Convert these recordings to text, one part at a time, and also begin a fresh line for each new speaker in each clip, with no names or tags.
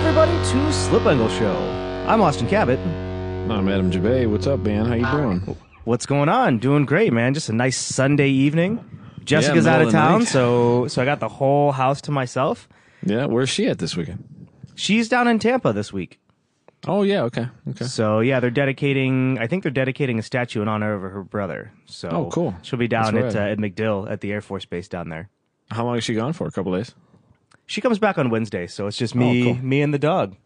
to Slip Angle Show. I'm Austin Cabot.
I'm Adam Gervais. What's up, man? How you doing?
What's going on? Doing great, man. Just a nice Sunday evening. Jessica's out of
middle of the
town,
night.
so so I got the whole house to myself.
Yeah, where's she at this weekend?
She's down in Tampa this week.
Oh yeah, okay, okay.
So yeah, they're dedicating. I think they're dedicating a statue in honor of her brother. So
Oh, cool.
She'll be down at
That's
uh,
rad.
at McDill at the Air Force Base down there.
How long is she gone for? A couple days.
She comes back on Wednesday, so it's just me,
Oh, cool.
me and the dog.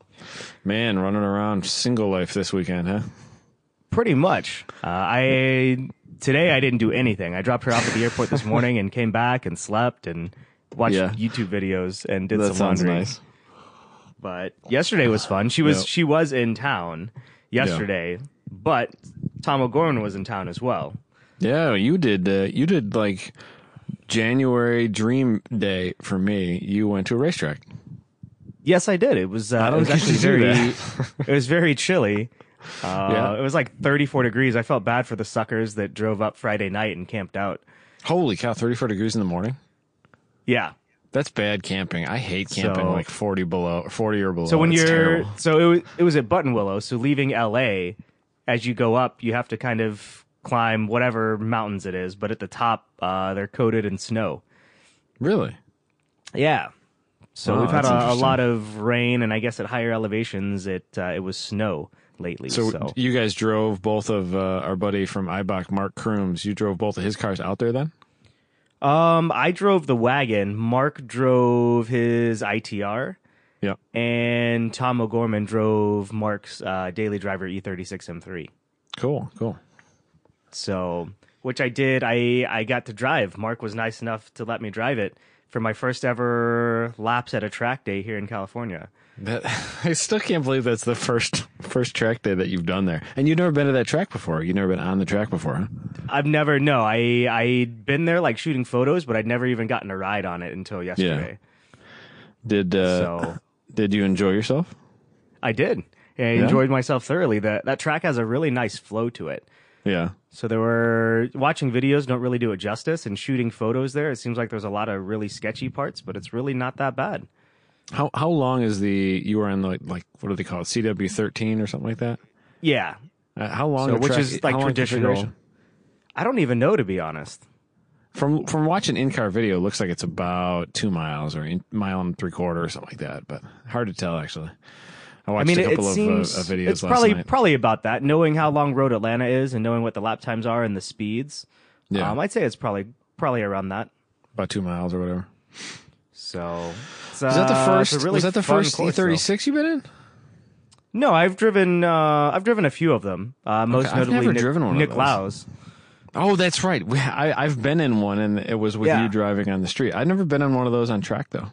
Man, running around single life this weekend, huh?
Pretty much. Uh, I today I didn't do anything. I dropped her off at the airport this morning and came back and slept and watched
Yeah.
YouTube videos and did
That
some
sounds
laundry.
nice.
But yesterday was fun. She was
Yeah.
she was in town yesterday, but Tom O'Gorman was in town as well.
Yeah, you did. Uh, you did like January dream day for me. You went to a racetrack.
Yes, I did. It was uh, it
don't
was
think
actually
you do
very
that.
it was very chilly. Uh,
Yeah.
It was like 34 degrees. I felt bad for the suckers that drove up Friday night and camped out.
Holy cow! Thirty-four degrees in the morning.
Yeah,
That's bad camping. I hate camping
So-
like forty below, forty or below.
So when
It's
you're
terrible.
so it was, it was at Button Willow. So leaving LA, as you go up, you have to kind of climb whatever mountains it is. But at the top, uh, they're coated in snow.
really
Yeah. So
Wow,
we've had
that's
a, a
interesting.
lot of rain, and I guess at higher elevations, it uh, it was snow lately. So,
So, you guys drove both of uh, our buddy from Ibach, Mark Crooms. You drove both of his cars out there then?
um, I drove the wagon. Mark drove his ITR,
Yeah.
and Tom O'Gorman drove Mark's uh, daily driver E36 M3.
Cool. Cool.
So, which I did. I I got to drive. Mark was nice enough to let me drive it for my first ever laps at a track day here in California.
That, I still can't believe that's the first first track day that you've done there, and you've never been to that track before. You've never been on the track before. Huh?
I've never no. I I'd been there like shooting photos, but I'd never even gotten a ride on it until yesterday.
Did uh,
So-
Did you enjoy yourself?
I did. I enjoyed myself thoroughly. That that track has a really nice flow to it.
Yeah.
So there were watching videos don't really do it justice, and shooting photos there. It seems like there's a lot of really sketchy parts, but it's really not that bad.
How how long is the you were in the like what do they call it CW thirteen or something like that?
Yeah,
Uh, how long?
So,
a
which
track-
is like
how long
traditional.
configuration?
I don't even know to be honest.
From from watching in car video, it looks like it's about two miles or in, mile and three quarter or something like that, but hard to tell actually. I watched
I mean,
a
it, it
couple of, uh,
seems
of videos
it's
last
probably
night.
probably about that. Knowing how long Road Atlanta is and knowing what the lap times are and the speeds,
Yeah.
um, I'd say it's probably probably around that.
about two miles or whatever.
So it's,
Is that the
uh, it's
first?
a really
was that the
fun
first E
course,
thirty
though.
six you've been in?
No, I've driven uh, I've driven a few of them. Uh, most
Okay, I've
notably
never
Nick,
driven one of
Nick
those.
Lau's.
Oh, that's right. We- I, I've been in one, and it was with
Yeah.
you driving on the street. I've never been in one of those on track though.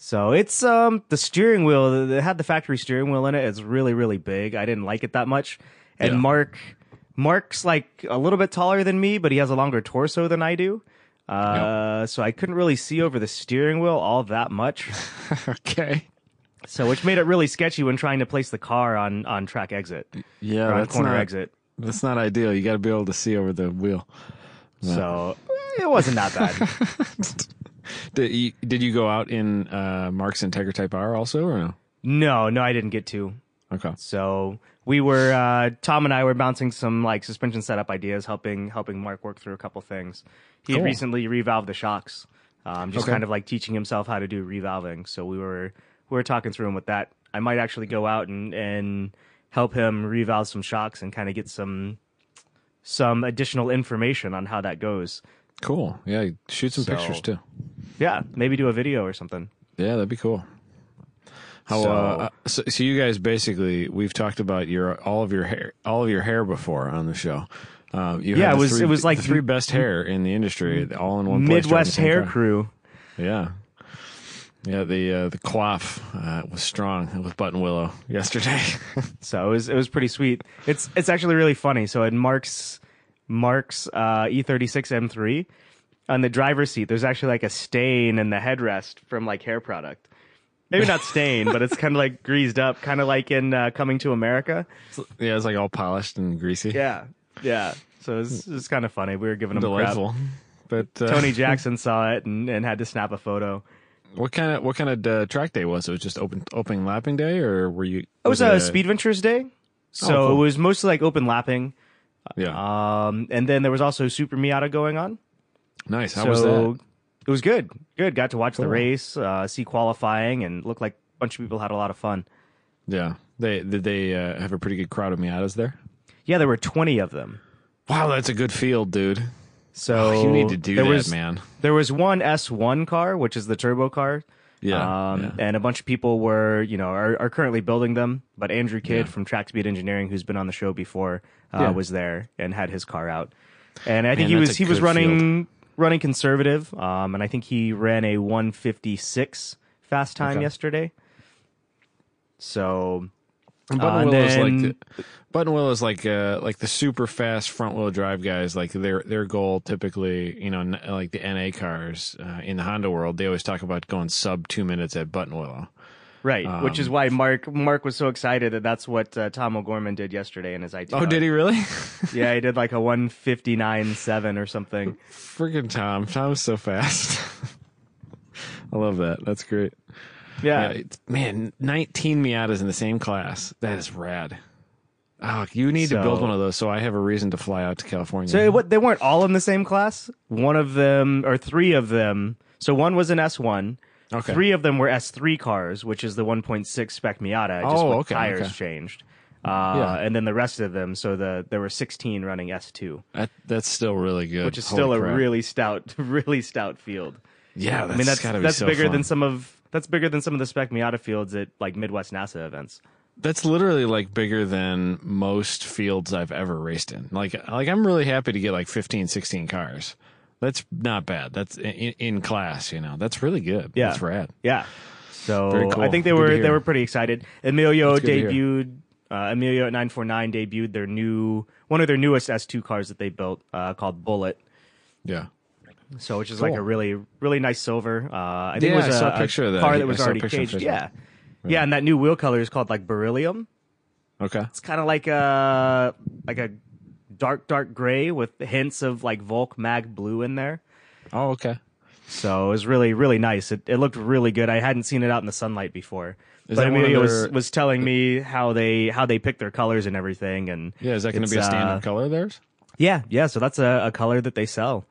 So it's um the steering wheel. It had the factory steering wheel in it. It's really really big. I didn't like it that much. And
Yeah.
Mark, Mark's like a little bit taller than me, but he has a longer torso than I do. Uh, so I couldn't really see over the steering wheel all that much.
okay.
So which made it really sketchy when trying to place the car on on track exit
Yeah,
or on
Oh, that's
corner
not
exit.
that's not ideal. You got to be able to see over the wheel.
So eh, it wasn't that bad.
Did you, did you go out in uh, Mark's Integra Type R also or no?
no, no, I didn't get to.
Okay.
So we were uh, Tom and I were bouncing some like suspension setup ideas, helping helping Mark work through a couple things. He had
Cool.
recently revalved the shocks, um, just
Okay.
kind of like teaching himself how to do revalving. So we were we were talking through him with that. I might actually go out and and help him revalve some shocks and kind of get some some additional information on how that goes.
Cool. Yeah, shoot some
So-
pictures too.
Yeah, maybe do a video or something.
Yeah, that'd be cool. How
So-
so, uh, so, so you guys basically we've talked about your all of your hair all of your hair before on the show. Um, you
Yeah,
had
it
the
was-
three,
it was like
the three best hair in the industry, all in one place during the
Midwest
same
hair
time.
crew.
Yeah, yeah. The uh, the coif uh, was strong with Button Willow yesterday.
So it was it was pretty sweet. It's it's actually really funny. So in Mark's Mark's uh, E36 M3 on the driver's seat, there's actually like a stain in the headrest from like hair product. Maybe not stain, but it's kind of like greased up, kind of like in uh, Coming to America.
yeah, it's like all polished and greasy.
Yeah, yeah. So it's it's kind of funny. We were giving him crap.
delightful. But uh,
Tony Jackson saw it and, and had to snap a photo.
What kind of what kind of uh, track day was it? Was it just open opening lapping day, or were you?
It was, a Oh, Speed Ventures Day, so
cool.
it was mostly like open lapping.
Yeah,
Um, and then there was also Super Miata going on.
nice. How
so
was that?
it was good. Good. Got to watch the race, uh, see qualifying, and looked like a bunch of people had a lot of fun.
Yeah, they did they uh, have a pretty good crowd of Miatas there.
Yeah, there were twenty of them.
Wow, that's a good field, dude.
So
Oh, you need to do
there
that,
was,
man.
There was one S1 car, which is the turbo car.
Yeah,
um,
yeah.
and a bunch of people were, you know, are, are currently building them. But Andrew Kidd
Yeah.
from Track Speed Engineering, who's been on the show before, uh,
Yeah.
was there and had his car out. And I think
Man,
he
that's
was
a
he was
good
running running conservative, um, and I think he ran a 156 fast time
Okay.
yesterday. So Uh,
And Button
and
Willow's
then-
like the, Button Willow's like uh like the super fast front wheel drive guys. Like their their goal typically, you know, n- like the NA cars uh, in the Honda world, they always talk about going sub two minutes at Button Willow.
right, which
Um,
is why Mark Mark was so excited that that's what uh, Tom O'Gorman did yesterday in his IT.
Oh, did he really?
Yeah, he did like a 159 7 or something.
Freaking Tom! Tom's so fast. I love that. That's great. Yeah,
Yeah.
it's, Uh, man, 19 Miatas in the same class. That is rad. Oh, you need to build
So-
one of those so I have a reason to fly out to California.
So it, wa- they weren't all in the same class. One of them, or three of them. So one was an S1.
Okay.
Three of them were S3 cars, which is the 1.6 spec Miata. Just
Oh,
with
okay,
Tires
okay.
changed. Uh,
Yeah.
And then the rest of them. So the there were 16 running S2,
that, that's still really good.
which is
Holy
still a
crap.
really stout, really stout field.
Yeah, that's
I mean, that's
gotta be
that's
so
bigger
fun.
than some of that's bigger than some of the spec Miata fields at like Midwest NASA events.
that's literally like bigger than most fields I've ever raced in. Like, like I'm really happy to get like 15, 16 cars. That's not bad. That's in, in class, you know. That's really good.
Yeah.
that's rad.
Yeah. So
Very cool.
I think they
Good to
were
hear.
they were pretty excited. Emilio
good to hear.
debuted uh, Emilio at 949 debuted their new one of their newest S2 cars that they built uh, called Bullet.
Yeah,
So which is like
Cool.
a really really nice silver. Uh, I think
Yeah,
it was
I
a,
saw a picture of that.
car
I-
that was
I saw a
already
picture on
caged.
Facebook.
Yeah. yeah, and that new wheel color is called like beryllium.
okay.
It's kind of like a like a dark dark gray with hints of like Volk Mag blue in there.
Oh, okay.
So it was really, really nice. It, it looked really good. I hadn't seen it out in the sunlight before.
Is
but
that one of
Emilio was,
their-
was telling me how they how they pick their colors and everything. And
Yeah, is that going
it's,
to be a standard
uh,
color of theirs?
yeah, yeah. So that's a, a color that they sell.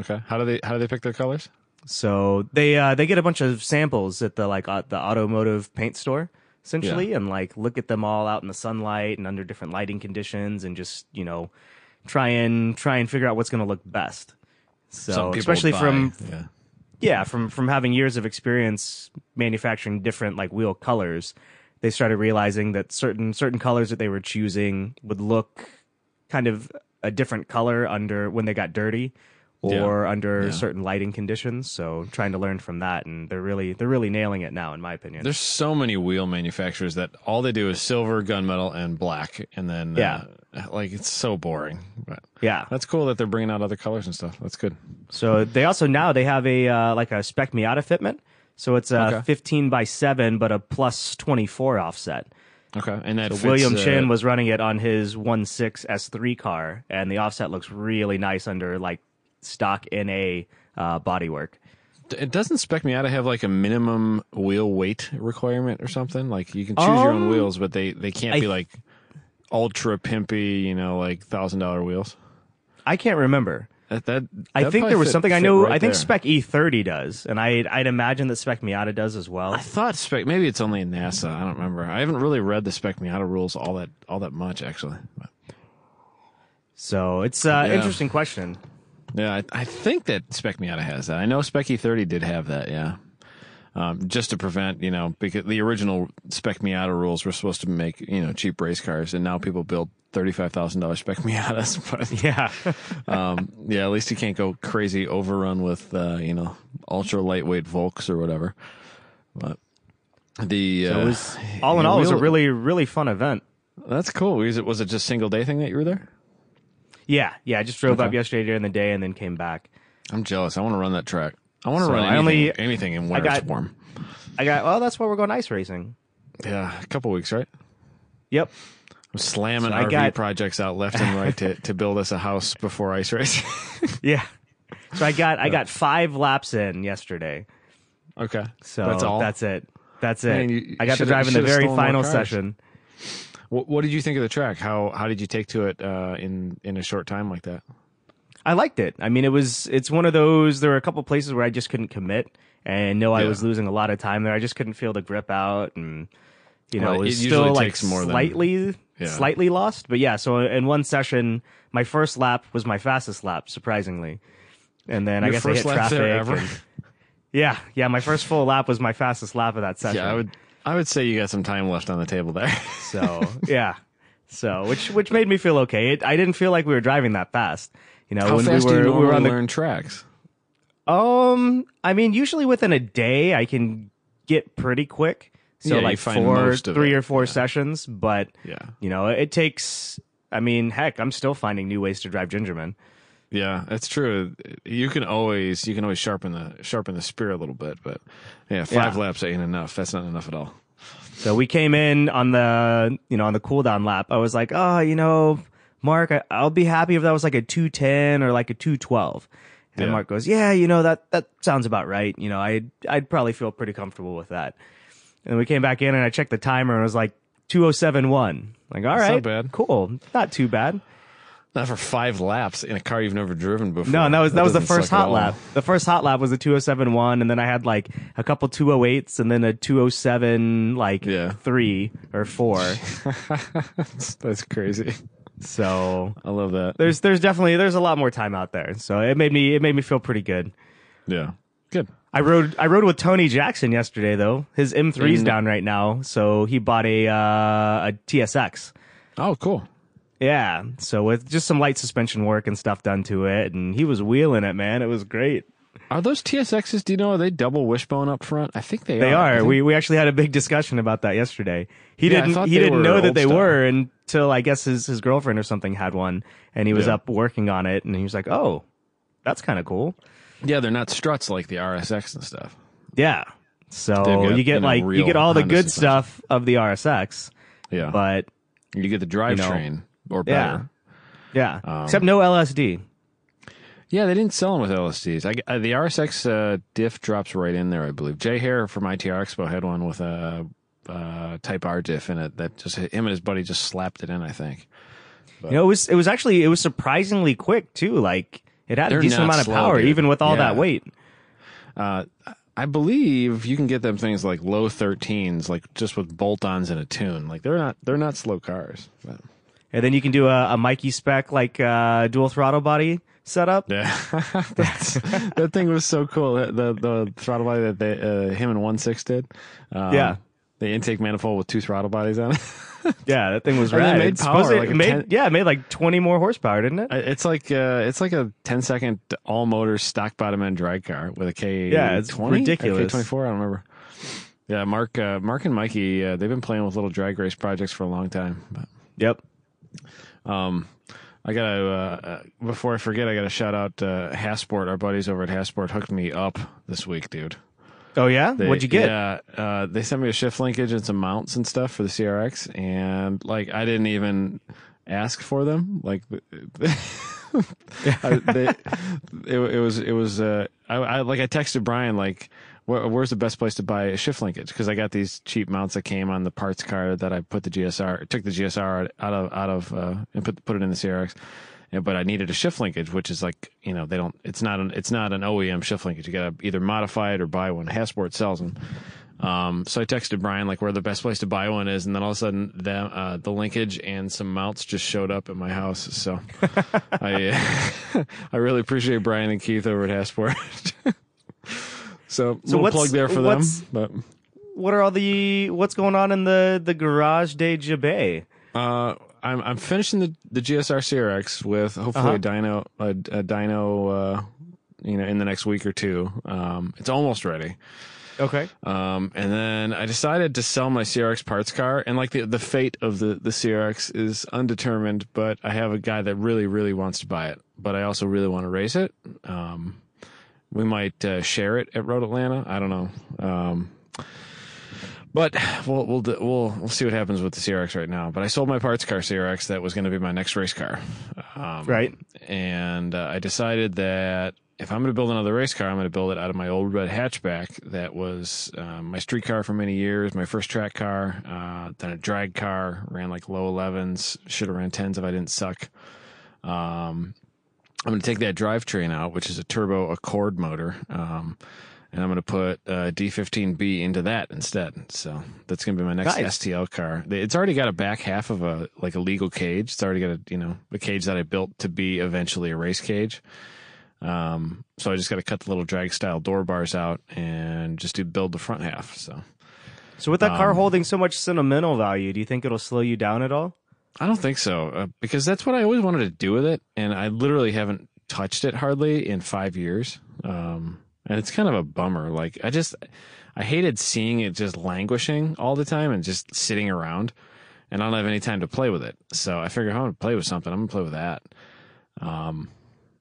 Okay. How do they how do they pick their colors?
So they uh, they get a bunch of samples at the like au- the automotive paint store essentially, and like look at them all out in the sunlight and under different lighting conditions, and just you know try and try and figure out what's going to look best. So
Some people
especially
buy-
from
yeah.
yeah from from having years of experience manufacturing different like wheel colors they started realizing that certain certain colors that they were choosing would look kind of a different color under when they got dirty or under
Yeah.
certain lighting conditions so trying to learn from that and they're really they're really nailing it now in my opinion
There's so many wheel manufacturers that all they do is silver, gunmetal, and black, and then
Yeah.
uh, like it's so boring. But
yeah
that's cool that they're bringing out other colors and stuff. That's good.
so they also now they have a uh, like a spec miata fitment so it's a
Okay.
15 by 7 but a plus 24 offset
Okay, and that fits,
William
uh,
Chin was running it on his 1.6 S3 car, and the offset looks really nice under like stock NA uh, bodywork.
It doesn't spec me out to have like a minimum wheel weight requirement or something. Like you can choose your own
Um,
wheels, but they they can't
I-
be like ultra pimpy, you know, like thousand dollar wheels.
I can't remember.
That, that
I
that
think
probably
there was
fit-
something I
fit
know.
right
I think
there.
Spec E30 does, and I'd, I'd imagine that Spec Miata does as well.
I thought spec. Maybe it's only in NASA. I don't remember. I haven't really read the spec Miata rules all that all that much actually. But,
So it's uh,
Yeah.
interesting question.
yeah, I, I think that spec Miata has that. I know spec E30 did have that. Yeah, um, just to prevent you know because the original spec Miata rules were supposed to make you know cheap race cars, and now people build thirty five thousand dollars spec Miatas. But
Yeah,
um, yeah, at least you can't go crazy overrun with uh, you know ultra lightweight Volks or whatever. But the
it
uh,
was all in
your
all, it was a
wheel-
really really fun event.
That's cool. Was it was it just single day thing that you were there?
Yeah, yeah. I just drove up
Okay.
yesterday during the day and then came back.
I'm jealous. I want to run that track. I want to
So
run
I
anything,
only-
anything in winter.
got-
it's warm.
I got well. That's why we're going ice racing.
Yeah, a couple weeks, right?
Yep.
I'm slamming
So I
RV
got-
projects out left and right to, to build us a house before ice race.
Yeah. So I got I got five laps in yesterday.
Okay.
So
that's all.
That's it. That's it.
Man, you-
I got to
should've-
drive in the
should've
very
stolen more
final
cars.
session.
What, what did you think of the track? How how did you take to it uh, in in a short time like that?
I liked it. I mean, it was it's one of those. There were a couple places where I just couldn't commit, and no, I
Yeah.
was losing a lot of time there. I just couldn't feel the grip out, and you know,
Well,
it was
it usually
still like
takes more than-
slightly,
Yeah.
slightly lost. But yeah, so in one session, my first lap was my fastest lap, surprisingly, and then I
Your
guess I
first
hit
lap
traffic.
there ever?
and- yeah, yeah, my first full lap was my fastest lap of that session.
Yeah, I would I would say you got some time left on the table there.
So yeah, so which which made me feel okay. It, I didn't feel like we were driving that fast. You know,
How
when
fast
we were
do you
we were on
normally
the
learn tracks?
Um, I mean, usually within a day, I can get pretty quick. So
Yeah, you
like
find
four,
most of
three
it,
or four sessions, but
Yeah.
you know, it takes. I mean, heck, I'm still finding new ways to drive Gingerman.
Yeah, that's true. You can always you can always sharpen the sharpen the spear a little bit, but yeah, five
Yeah.
laps ain't enough. That's not enough at all.
So we came in on the you know on the cooldown lap. I was like, oh, you know, Mark, I, I'll be happy if that was like a two ten or like a two twelve. And
Yeah.
Mark goes, yeah, you know that that sounds about right. You know, I'd I'd probably feel pretty comfortable with that. And we came back in and I checked the timer and it was like two oh seven one. Like, all right,
not bad.
cool, not too bad.
Not for five laps in a car you've never driven before.
No, and that was that, was the
doesn't
first
suck at
hot
all.
lap. The first hot lap was a 2071 and then I had like a couple 208s and then a 207 like
Yeah.
3 or 4.
That's crazy.
so,
I love that.
there's there's definitely there's a lot more time out there. So, it made me it made me feel pretty good.
Yeah. Good.
I rode I rode with Tony Jackson yesterday though. His M3's
In-
down right now, so he bought a uh, a TSX.
Oh, cool.
Yeah, so with just some light suspension work and stuff done to it, and he was wheeling it, man. It was great.
Are those TSXs? Do you know? Are they double wishbone up front? I think they are.
They
I
are.
think-
We we actually had a big discussion about that yesterday. He
Yeah, I
didn't
thought
he
they
didn't
were
know that
old
they
style.
were until I guess his his girlfriend or something had one, and he was
Yeah.
up working on it, and he was like, "Oh, that's kind of cool."
yeah, they're not struts like the RSX and stuff.
Yeah. So
They've got,
you get
you know,
like you
real
get all the
Honda
good
suspension.
stuff of the RSX,
Yeah,
but
you get the drivetrain or
Yeah.
better.
yeah,
Um,
except no LSD.
Yeah, they didn't sell them with LSDs. I g uh, the RSX uh, diff drops right in there, I believe. Jay Hare from ITR Expo had one with a uh, Type R diff in it that just him and his buddy just slapped it in. I think
You know, it was it was actually it was surprisingly quick too. Like it had
They're
a decent
not
amount of
slow,
power,
dude.
even with all that
Yeah.
weight.
uh, I believe you can get them things like low thirteens, like just with bolt-ons and a tune. Like they're not they're not slow cars. But,
And then you can do a, a Mikey spec like uh, dual throttle body setup.
yeah, That's, that thing was so cool. The the, the throttle body that they, uh, him and One Six did. Um,
Yeah.
the intake manifold with two throttle bodies on it.
Yeah, that thing was
And it
rad.
made
It's supposed
power,
to-
like
it
a
made,
ten-
yeah, it made like 20 more horsepower, didn't it?
I- It's like uh, it's like a 10 second all motor stock bottom end drag car with a K.
Yeah, it's
20?
ridiculous.
K twenty four. I don't remember. Yeah, Mark, uh, Mark and Mikey, uh, they've been playing with little drag race projects for a long time. But,
Yep.
um, I gotta uh, uh, before I forget, I gotta shout out uh, Hasport. Our buddies over at Hasport hooked me up this week, dude.
Oh yeah,
They-
what'd you get?
Yeah, uh, they sent me a shift linkage and some mounts and stuff for the CRX, and like I didn't even ask for them. Like, I, they, it, it was it was uh, I, I like I texted Brian like. where- Where's the best place to buy a shift linkage? Because I got these cheap mounts that came on the parts card that I put the GSR, took the GSR out of out of uh, and put put it in the CRX. Yeah, but I needed a shift linkage, which is like you know they don't. It's not an it's not an OEM shift linkage. You got to either modify it or buy one. Hasport sells them. Um, so I texted Brian like where the best place to buy one is, and then all of a sudden the uh, the linkage and some mounts just showed up at my house. So I I really appreciate Brian and Keith over at Hasport. so, little
what's-
plug there for them.
what's-
But
What are all the what's going on in the the Garage de Jabe?
Uh, I'm I'm finishing the the GSR CRX with
Uh-huh.
hopefully a dyno a, a dyno uh, you know in the next week or two. Um, it's almost ready.
Okay.
Um, and then I decided to sell my CRX parts car, and like the the fate of the the CRX is undetermined. But I have a guy that really really wants to buy it, but I also really want to race it. Um, we might uh, share it at Road Atlanta. I don't know. Um, but we'll we'll do- we'll we'll see what happens with the CRX right now. But I sold my parts car CRX that was going to be my next race car. Um,
Right.
and uh, I decided that if I'm going to build another race car, I'm going to build it out of my old red hatchback that was um, my street car for many years, my first track car, uh, then a drag car, ran like low 11s, should have ran 10s if I didn't suck. Um, I'm going to take that drivetrain out, which is a turbo Accord motor, um, and I'm going to put uh, D15B into that instead. So that's going to be my next
Nice.
STL car. It's already got a back half of a like a legal cage. It's already got a you know a cage that I built to be eventually a race cage. Um, so I just got to cut the little drag style door bars out and just do build the front half. So
So with that car
Um,
holding so much sentimental value, do you think it'll slow you down at all?
I don't think so uh, because that's what I always wanted to do with it, and I literally haven't touched it hardly in five years. Um, and it's kind of a bummer. Like I just, I hated seeing it just languishing all the time and just sitting around, and I don't have any time to play with it. So I figure if I'm gonna play with something, I'm gonna play with that. Um,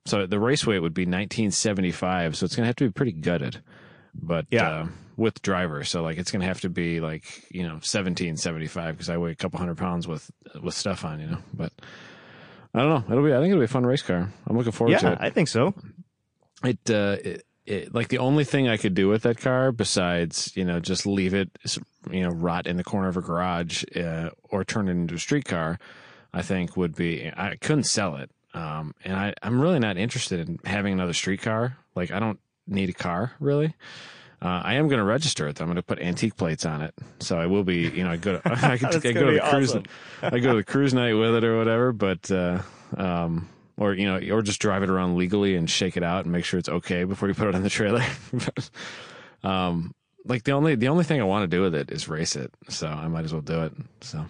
so the race weight would be 1975, so it's gonna have to be pretty gutted, but
Yeah.
uh, with driver. So like it's gonna have to be like you know 1775 because I weigh a couple hundred pounds with with stuff on, you know. But I don't know. It'll be. I think it'll be a fun race car. I'm looking forward to
Yeah,
it.
I think so.
it, uh, it, it like the only thing I could do with that car besides you know just leave it you know rot in the corner of a garage uh, or turn it into a street car, I think would be I couldn't sell it. Um, and I I'm really not interested in having another street car. Like I don't need a car really. Uh, I am going to register it. though. I'm going to put antique plates on it, so I will be. You know, I go to I, could,
That's
I go
gonna
to the
be
cruise.
awesome.
I go to the cruise night with it or whatever. But uh, um, or you know, or just drive it around legally and shake it out and make sure it's okay before you put it on the trailer. But, um, like the only the only thing I want to do with it is race it, so I might as well do it. So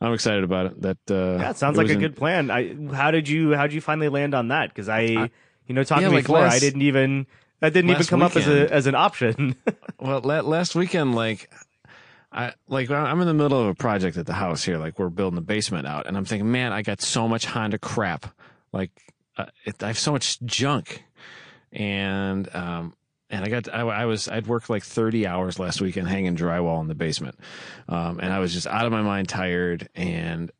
I'm excited about it. That uh,
Yeah, it sounds
it
like
was
a
in-
good plan. I how did you how did you finally land on that? Because I, you know, talking
Yeah, like
before, I
last-
didn't even that didn't even
last
come up as
weekend.
a as an option.
Well, la- last weekend, like, I like I'm in the middle of a project at the house here. Like, we're building the basement out, and I'm thinking, man, I got so much Honda crap. Like, uh, it, I have so much junk, and um, and I got I, I was I'd worked like 30 hours last weekend hanging drywall in the basement, um, and I was just out of my mind, tired, and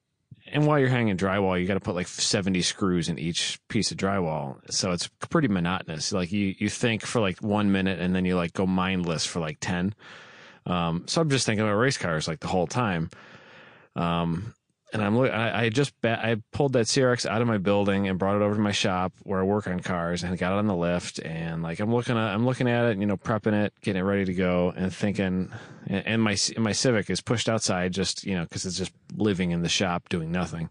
and while you're hanging drywall, you got to put like 70 screws in each piece of drywall. So it's pretty monotonous. Like you, you think for like one minute and then you like go mindless for like 10. Um, so I'm just thinking about race cars like the whole time. Um, and I'm look, I, I just ba- I pulled that CRX out of my building and brought it over to my shop where I work on cars and got it on the lift and like I'm looking at I'm looking at it you know prepping it getting it ready to go and thinking and, and my and my Civic is pushed outside just you know because it's just living in the shop doing nothing.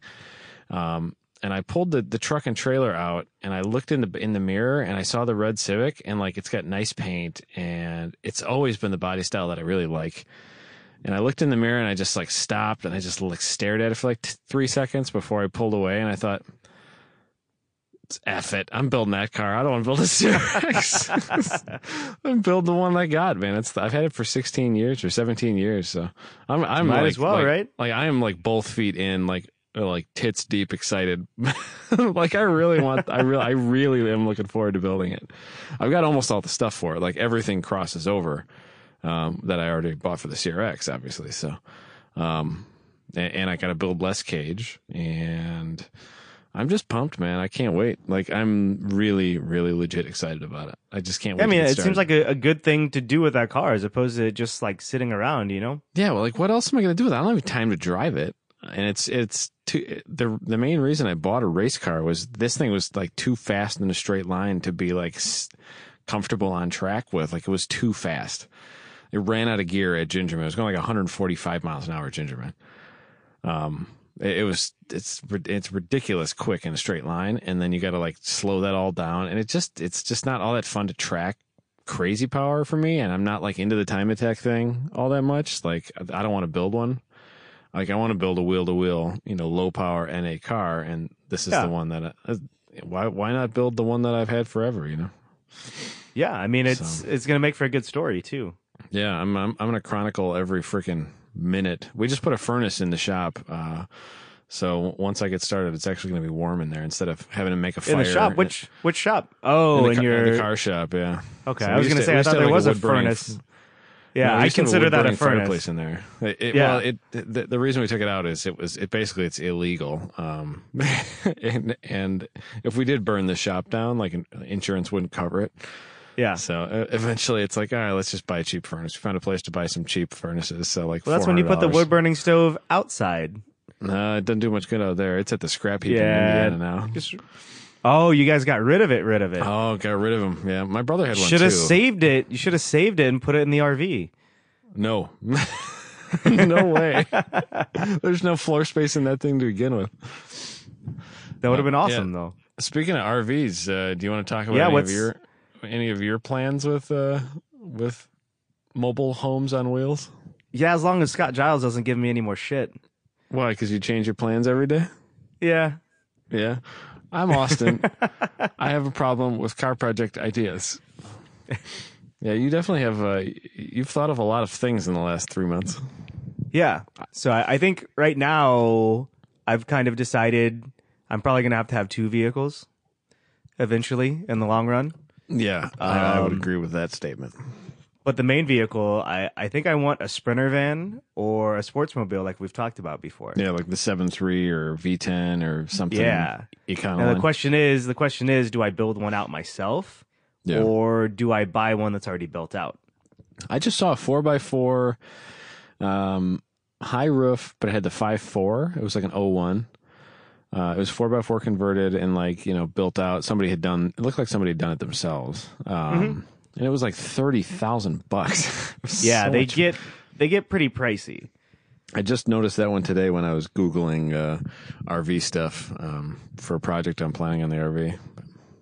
Um, and I pulled the, the truck and trailer out and I looked in the in the mirror and I saw the red Civic and like it's got nice paint and it's always been the body style that I really like. And I looked in the mirror and I just like stopped and I just like stared at it for like t- three seconds before I pulled away and I thought, "It's F it. I'm building that car. I don't want to build a CRX. I'm building the one I got, man. It's I've had it for 16 years or 17 years. So I'm, I'm
Might
like-
as well,
like-
right?
like I am like both feet in, like uh, like tits deep excited. like I really want, I really, I really am looking forward to building it. I've got almost all the stuff for it. Like everything crosses over um, that I already bought for the CRX, obviously. So, um, a- and, I got to build less cage, and I'm just pumped, man. I can't wait. Like I'm really, really legit excited about it. I just can't wait.
I mean,
to get
it
started.
seems like a, a good thing to do with that car as opposed to just like sitting around. You know,
Yeah, well, like what else am I going to do with it? I don't have time to drive it. And it's it's too, the the main reason I bought a race car was this thing was like too fast in a straight line to be like s- comfortable on track with. Like it was too fast. It ran out of gear at Gingerman. It was going like 145 miles an hour at Gingerman. Um, it, it was it's rid- it's ridiculous quick in a straight line, and then you got to like slow that all down, and it just it's just not all that fun to track crazy power for me and I'm not like into the time attack thing all that much. Like I- I don't want to build one. Like I want to build a wheel to wheel, you know, low power NA car and this is
Yeah.
the one that I, uh, why why not build the one that I've had forever, you know?
yeah. I mean, it's it's gonna make for a good story too.
Yeah, I'm I'm, I'm gonna chronicle every freaking minute. We just put a furnace in the shop. Uh so once I get started, it's actually going to be warm in there instead of having to make a fire
In the shop, which which shop? Oh,
in
in,
the, ca- in
your
the car shop. Yeah.
okay.
So
I
we
was gonna
used to-
say
we
I
used to
thought
have,
there
like,
was a
wood burning
furnace.
No,
Yeah,
we
I
used to have
consider that a
wood-burning
furnace.
fireplace in there. It, it-
Yeah.
Well, it, the, the reason we took it out is it was it basically it's illegal. Um, and and if we did burn the shop down, like insurance wouldn't cover it.
Yeah.
So uh, eventually, it's like all right, let's just buy a cheap furnace. We found a place to buy some cheap furnaces. So like,
Well, that's when you put the
$400.
wood burning stove outside.
No, it doesn't do much good out there. It's at the scrap heap
Yeah.
in Indiana now.
Oh, you guys got rid of it, rid of it.
Oh, got rid of them. Yeah, my brother had one
should
too.
have saved it. You should have saved it and put it in the RV.
No. no way. There's no floor space in that thing to begin with.
That would have been
yeah.
awesome, though.
Speaking of RVs, uh, do you want to talk about
Yeah,
any
what's-
of your any of your plans with uh, with mobile homes on wheels?
Yeah, as long as Scott Giles doesn't give me any more shit.
Why? Because you change your plans every day.
Yeah.
Yeah. I'm Austin. I have a problem with car project ideas. Yeah, you definitely have. Uh, you've thought of a lot of things in the last three months.
Yeah. So I, I think right now I've kind of decided I'm probably going to have to have two vehicles eventually in the long run.
Yeah, I, I would
Um,
agree with that statement.
But the main vehicle, I, I think I want a sprinter van or a sportsmobile like we've talked about before.
Yeah, like the seven three or V10 or something.
Yeah. Now
Econoline.
the question is, the question is, do I build one out myself
Yeah.
or do I buy one that's already built out?
I just saw a four by four, um, high roof, but it had the five four. It was like an 01. Uh, it was four by four converted and like you know built out. Somebody had done. It looked like somebody had done it themselves. Um, And it was like thirty thousand bucks. It was
Yeah,
so
they
much-
get they get pretty pricey.
I just noticed that one today when I was googling uh, RV stuff um, for a project I'm planning on the RV.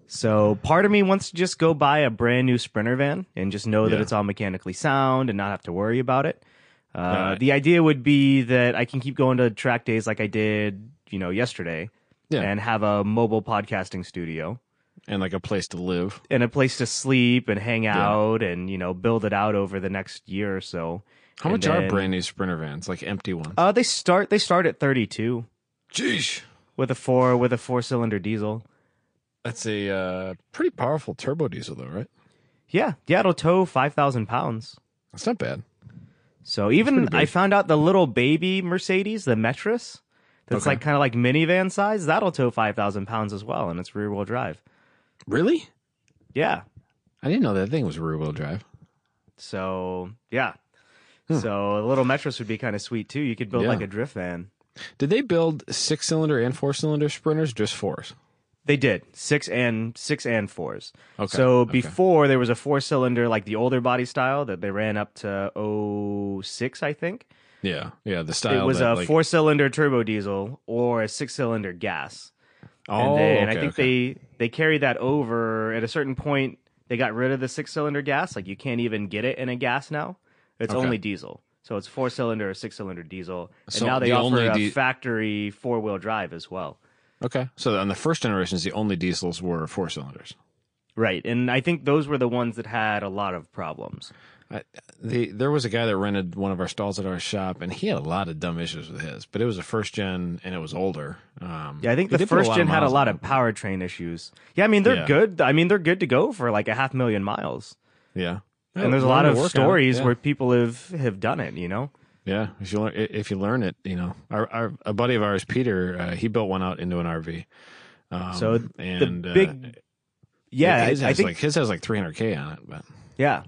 So part of me wants to just go buy a brand new Sprinter van and just know that
Yeah.
it's all mechanically sound and not have to worry about it. Uh,
Alright.
The idea would be that I can keep going to track days like I did, you know, yesterday,
Yeah.
and have a mobile podcasting studio
And like a place to live.
and a place to sleep and hang out and you know build it out over the next year or so.
How
And
much are
then-
brand new Sprinter vans? Like empty ones.
Uh, they start they start at thirty two
Jeez.
with a four with a four cylinder diesel.
That's a uh, pretty powerful turbo diesel, though, right?
Yeah, yeah, it'll tow five thousand pounds.
That's not bad.
So even
pretty big.
I found out the little baby Mercedes, the Metris, that's
Okay.
like kind of like minivan size. That'll tow five thousand pounds as well, and it's rear wheel drive.
Really?
Yeah.
I didn't know that thing was rear wheel drive.
So yeah. So a little Metris would be kind of sweet too. You could build
Yeah.
like a drift van.
Did they build six cylinder and four cylinder sprinters? Just fours.
They did six and six and fours.
Okay,
So
okay.
before there was a four cylinder like the older body style that they ran up to 06, I think.
Yeah, yeah. The style
It was
that,
a
like-
four cylinder turbo diesel or a six cylinder gas.
Oh,
and, they, and I
okay,
think
okay.
they they carried that over at a certain point. They got rid of the six cylinder gas. Like you can't even get it in a gas now. It's
Okay.
only diesel. So it's four cylinder or six cylinder diesel. And
So
now they
the
offer
only
a
di-
factory four wheel drive as well.
okay. So on the first generations, the only diesels were four cylinders.
Right. And I think those were the ones that had a lot of problems.
I, the, there was a guy that rented one of our stalls at our shop, and he had a lot of dumb issues with his. But it was a first gen, and it was older. Um,
Yeah, I think
they
the
did put
first
lot
gen had a
miles
lot
on
of powertrain issues. Yeah, I mean they're
Yeah.
good. I mean they're good to go for like a half million miles.
it. Yeah,
And there's a
Oh, Learn
lot
to
of
work on it,
stories
yeah.
where people have have done it, you know.
Yeah, if you learn if you learn it, you know. Our, our a buddy of ours, Peter, uh, he built one out into an RV. Um,
So the
and
the
uh,
big yeah,
his
I, I
has
think
like his has like 300k on it, but
Yeah.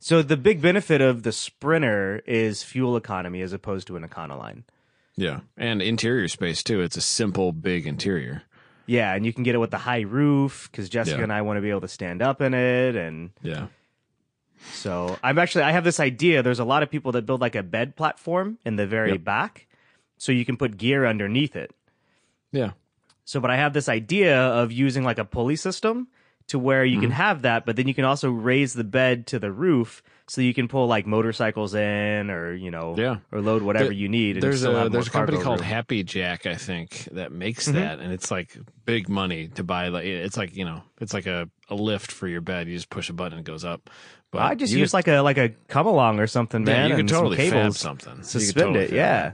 So the big benefit of the Sprinter is fuel economy as opposed to an Econoline.
yeah, and interior space too. It's a simple, big interior.
Yeah, and you can get it with the high roof because Jessica
Yeah.
and I want to be able to stand up in it, and
Yeah,
so I'm actually I have this idea. There's a lot of people that build like a bed platform in the very
Yep.
back, so you can put gear underneath it.
yeah,
So, but I have this idea of using like a pulley system to where you can
Mm-hmm.
have that, but then you can also raise the bed to the roof so you can pull like motorcycles in or, you know,
Yeah.
or load whatever
There-
you need. And
there's
still have
a
more Mm-hmm.
there's a company
cargo
called
room.
Happy Jack, I think, that makes that, and it's like big money to buy. Like it's like you know, it's like a a lift for your bed. You just push a button, it goes up. But
I just
you
use like a like a come along or something,
could-
man.
you could
and some
totally fab
cables,
something, You could
suspend
totally
it,
fab
yeah.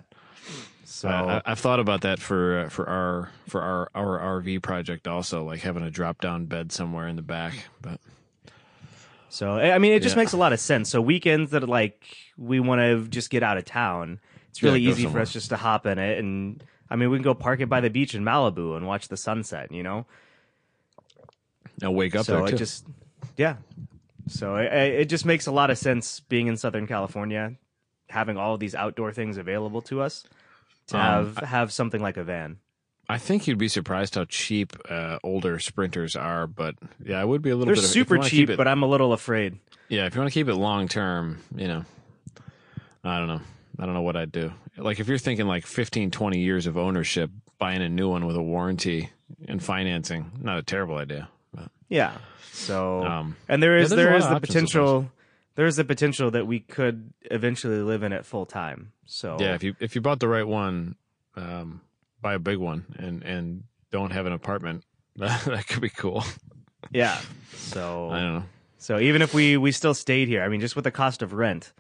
So
I, I- I've thought about that for uh, for our for our our RV project also, like having a drop down bed somewhere in the back. But
So I I mean, it just
Yeah.
makes a lot of sense. So weekends that like we want to just get out of town, it's
Yeah,
really
go
easy for
somewhere.
us just to hop in it, and I mean, we can go park it by the beach in Malibu and watch the sunset. You know,
I'll wake up
so
there
it
too.
just yeah. So I, I, it just makes a lot of sense being in Southern California, having all of these outdoor things available to us to
Um,
have have something like a van.
I think you'd be surprised how cheap uh, older sprinters are, but yeah, I would be a little
They're
bit. of- if you
super
wanna
cheap,
keep it-
but I'm a little afraid.
Yeah, if you want to keep it long term, you know, I don't know. I don't know what I'd do. Like if you're thinking like 15, 20 years of ownership, buying a new one with a warranty and financing, not a terrible idea. But,
Yeah. So
um,
and there
yeah,
is
there's a
there
lot
is
of
the
options with
potential there is the potential that we could eventually live in it full time. So
yeah, if you if you bought the right one, um, buy a big one and and don't have an apartment, that could be cool.
yeah.
I
So
don't know.
so even if we we still stayed here, I mean just with the cost of rent.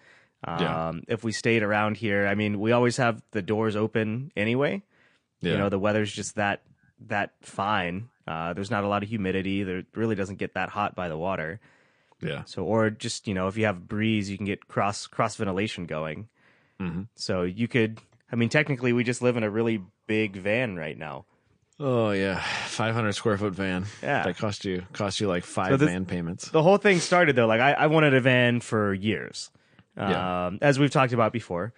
Um
Yeah.
if we stayed around here, I mean we always have the doors open anyway.
Yeah.
You know, the weather's just that that fine. Uh, there's not a lot of humidity. There it really doesn't get that hot by the water.
yeah.
So, or just you know, if you have breeze, you can get cross cross ventilation going.
hmm
So you could, I mean, technically, we just live in a really big van right now.
Oh yeah, 500 square foot van.
Yeah.
That cost you cost you like five
So this-
van payments.
The whole thing started though. Like I, I wanted a van for years, um,
Yeah.
as we've talked about before.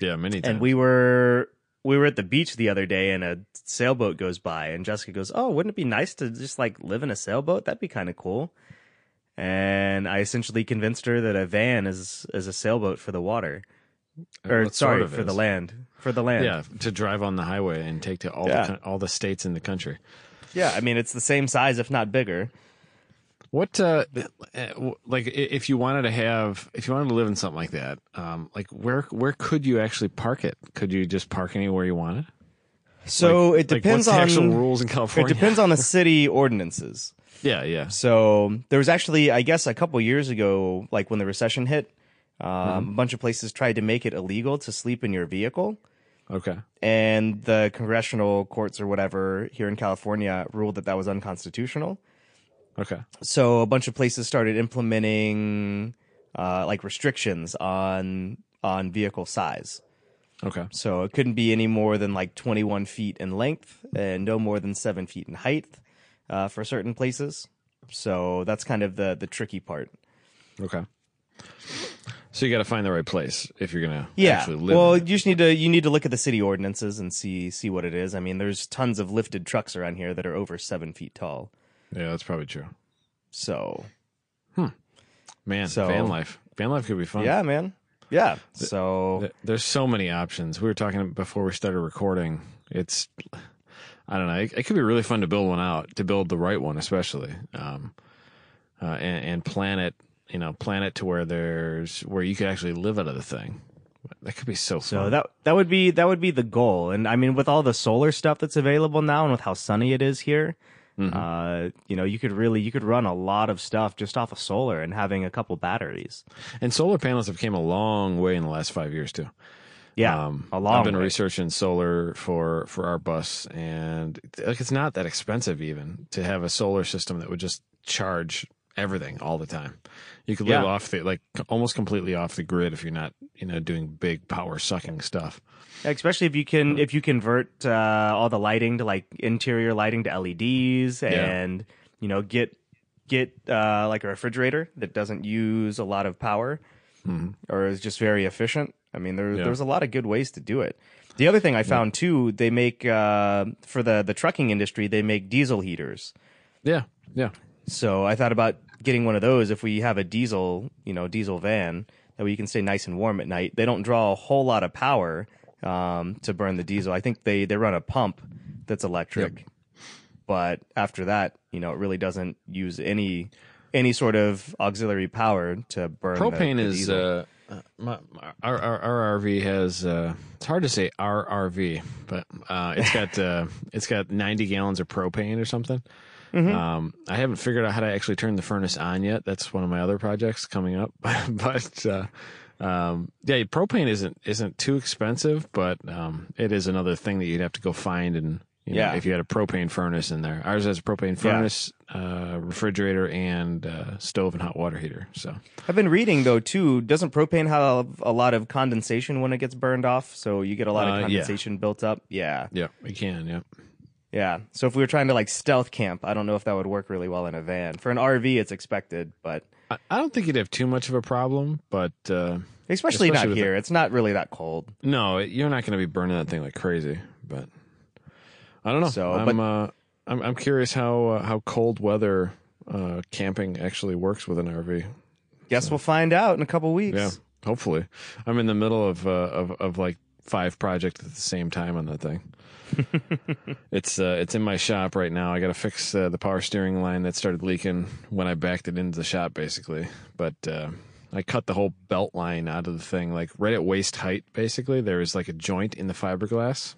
Yeah, many times.
And we were we were at the beach the other day, and a sailboat goes by, and Jessica goes, "Oh, wouldn't it be nice to just like live in a sailboat? That'd be kind of cool." And I essentially convinced her that a van is is a sailboat for the water,
Well,
or
it
sorry,
sort of
for the
is.
land, for the land.
Yeah, to drive on the highway and take to all
Yeah.
the the all the states in the country.
yeah. I mean, it's the same size, if not bigger.
What uh, uh, w- like i- if you wanted to have if you wanted to live in something like that, um, like where where could you actually park it? Could you just park anywhere you wanted?
So it
Like,
depends
what's the actual
on
rules in
It
California.
depends on the city ordinances.
Yeah, yeah.
So there was actually, I guess, a couple years ago, like when the recession hit, um, a bunch of places tried to make it illegal to sleep in your vehicle,
Okay.
and the congressional courts or whatever here in California ruled that that was unconstitutional.
Okay.
So a bunch of places started implementing uh, like restrictions on on vehicle size.
Okay.
So it couldn't be any more than like 21 feet in length and no more than seven feet in height uh, for certain places. So that's kind of the the tricky part.
Okay. So you got to find the right place if you're gonna
Yeah.
actually live.
Well, you just need to you need to look at the city ordinances and see see what it is. I mean, there's tons of lifted trucks around here that are over seven feet tall.
yeah, that's probably true.
So
Man,
So-
van life. Van life could be fun.
yeah, man. Yeah. So
Th- There's so many options. We were talking before we started recording. It's, I don't know. It, it could be really fun to build one out, to build the right one, especially, um, uh, and, and plan it. You know, plan it to where there's where you could actually live out of the thing. That could be so
so
fun.
that that would be that would be the goal. And I mean, with all the solar stuff that's available now, and with how sunny it is here,
Mhm.
uh, you know, you could really you could run a lot of stuff just off of solar and having a couple batteries.
and solar panels have came a long way in the last five years too.
Yeah,
um,
a long
I've been
way.
researching solar for for our bus, and like it's not that expensive even to have a solar system that would just charge everything all the time. You could live
Yeah.
off the like almost completely off the grid if you're not you know doing big power sucking stuff.
especially if you can if you convert uh, all the lighting to like interior lighting to LEDs and you know get get uh, like a refrigerator that doesn't use a lot of power
Mhm.
or is just very efficient. I mean, there,
Yeah.
there's a lot of good ways to do it. The other thing I found too, they make uh, for the the trucking industry, they make diesel heaters.
Yeah, yeah,
So I thought about getting one of those if we have a diesel, you know, diesel van that way you can stay nice and warm at night. They don't draw a whole lot of power um, to burn the diesel. I think they they run a pump that's electric, but after that, you know, it really doesn't use any any sort of auxiliary power to burn. the-
propane
the
is
diesel.
uh, my, my, our, our our RV has uh, it's hard to say our RV, but uh, it's got uh, it's got ninety gallons of propane or something. Um, I haven't figured out how to actually turn the furnace on yet. That's one of my other projects coming up. but uh, um, yeah, propane isn't isn't too expensive, but um, it is another thing that you'd have to go find and You
Yeah.
Know, if you had a propane furnace in there, ours has a propane furnace, uh, refrigerator, and uh, stove and hot water heater. So
I've been reading though too. Doesn't propane have a lot of condensation when it gets burned off? So you get a lot
Uh, yeah.
of condensation built up. Yeah,
yeah, we can. Yeah.
yeah. So if we were trying to like stealth camp, I don't know if that would work really well in a van. For an RV, it's expected, but
I, I don't think you'd have too much of a problem, but uh,
especially,
Especially
not
with
here. It's not really that cold.
no, you're not going to be burning that thing like crazy. But I don't know.
So,
I'm
but-
uh, I'm, I'm curious how uh, how cold weather uh, camping actually works with an RV.
Guess we'll find out in a couple weeks.
Yeah, hopefully. I'm in the middle of uh, of of like five projects at the same time on that thing. it's uh, it's in my shop right now. I got to fix uh, the power steering line that started leaking when I backed it into the shop, basically. But uh, I cut the whole belt line out of the thing, like right at waist height. Basically, there is like a joint in the fiberglass,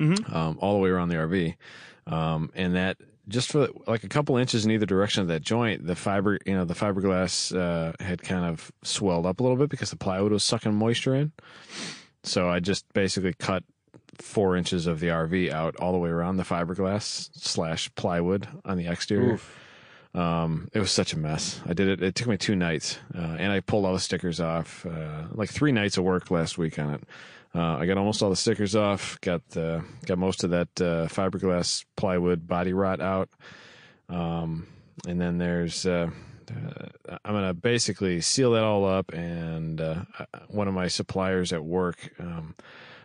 um, all the way around the RV, um, and that. Just for like a couple inches in either direction of that joint, the fiber, you know, the fiberglass uh, had kind of swelled up a little bit because the plywood was sucking moisture in. So I just basically cut four inches of the RV out all the way around the fiberglass slash plywood on the exterior. Um, it was such a mess. I did it. It took me two nights, uh, and I pulled all the stickers off. Uh, like three nights of work last week on it. Uh, I got almost all the stickers off. Got the got most of that uh, fiberglass plywood body rot out. Um, and then there's uh, uh, I'm gonna basically seal that all up. And uh, I- one of my suppliers at work um,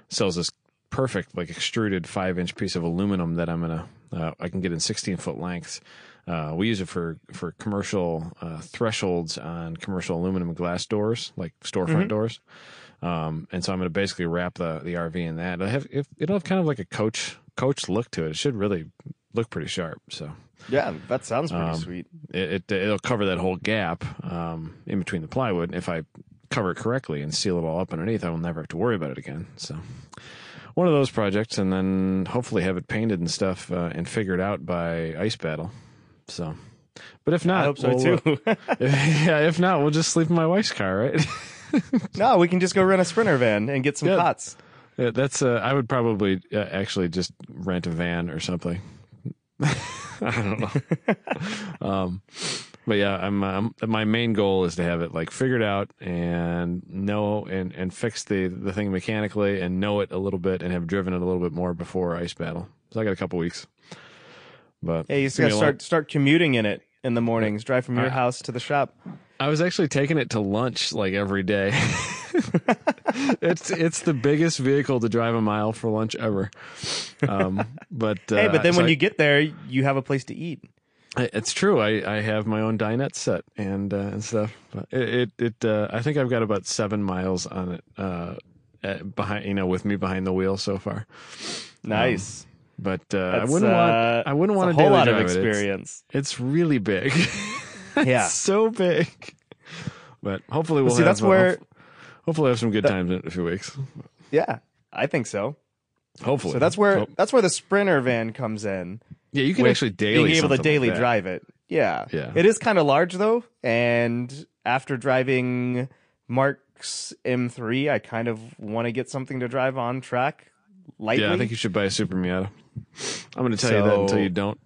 sells this perfect like extruded five inch piece of aluminum that I'm gonna uh, I can get in 16 foot lengths. Uh, we use it for for commercial uh, thresholds on commercial aluminum glass doors, like storefront doors. Um, and so I'm going to basically wrap the the RV in that. It'll have, if- it'll have kind of like a coach coach look to it. It should really look pretty sharp. So
Yeah, that sounds pretty
Um,
sweet.
it, it it'll cover that whole gap um, in between the plywood. If I cover it correctly and seal it all up underneath, I will never have to worry about it again. So one of those projects, and then hopefully have it painted and stuff uh, and figured out by ice battle. So, but if not,
I hope so
we'll, uh,
too.
yeah, if not, we'll just sleep in my wife's car, right?
no, we can just go rent a sprinter van and get some
Yeah.
cots.
Yeah, that's uh, I would probably uh, actually just rent a van or something. I don't know. um, but yeah, I'm, um my main goal is to have it like figured out and know and and fix the the thing mechanically and know it a little bit and have driven it a little bit more before ice battle. So I got a couple weeks. But
Hey, you
it's
just
gonna
gotta
be a long-
start start commuting in it in the mornings. Drive from your
Alright.
house to the shop.
I was actually taking it to lunch like every day. it's it's the biggest vehicle to drive a mile for lunch ever. Um, but uh,
Hey, but then
so
when
I-
you get there, you have a place to eat.
I- it's true, I, I have my own dinette set and uh, and stuff. But it it, it uh, I think I've got about seven miles on it uh, at, behind you know with me behind the wheel so far.
Nice.
But uh, Um, I
That's,
wouldn't
uh,
want I wouldn't
it's
want
a whole
daily
lot of
drive it. It's-
experience.
It's, really big.
Yeah.
It's so big. But hopefully we'll
see,
have,
that's
uh,
where-
hopef- hopefully have some good times in a few weeks.
Yeah, I think so.
Hopefully.
So that's where
Oh,
that's where the sprinter van comes in.
yeah, you can
with
actually daily
being able to
something like
daily
that.
drive it. Yeah,
Yeah.
It is kind of large though, and after driving Mark's M3, I kind of want to get something to drive on track lightly.
Yeah, I think you should buy a Super Miata. I'm going to tell you that until
So-
you don't.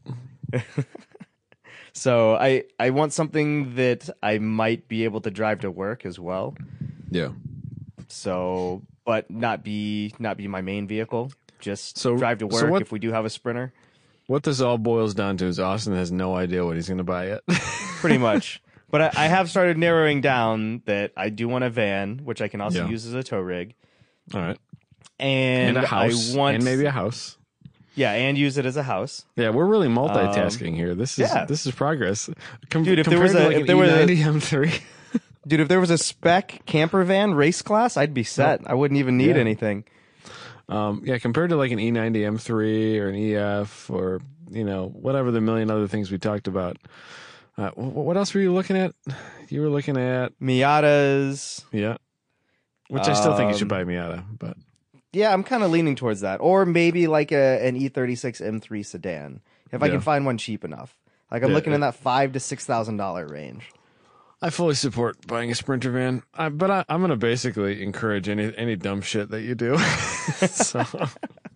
So I I want something that I might be able to drive to work as well.
Yeah.
So, but not be not be my main vehicle. Just
So-
drive to
so
work
what-
if we do have a sprinter.
What this all boils down to is Austin has no idea what he's going to buy yet.
pretty much. But I, I have started narrowing down that I do want a van, which I can also
Yeah.
use as a tow rig,
all right.
and,
And, a house.
I want
and maybe a house.
yeah, and use it as a house.
Yeah, we're really multitasking here. This is
yeah.
this is progress. Com-
Dude, if there
compared
was a-
to like
if
an
there was a-
E90 M3.
Dude, if there was a spec camper van race class, I'd be set. I wouldn't even need
Yeah.
anything.
Um, yeah, compared to like an E90 M3 or an EF or you know whatever the million other things we talked about. Uh, wh- what else were you looking at? You were looking at
Miatas,
yeah, which I still think you should
Um,
buy a Miata, but
yeah, I'm kind of leaning towards that, or maybe like a an E E36 M3 sedan if I
Yeah.
can find one cheap enough. Like I'm
Yeah,
looking in
yeah.
that five to six thousand dollar range.
I fully support buying a Sprinter van. I, but I, I'm going to basically encourage any any dumb shit that you do. so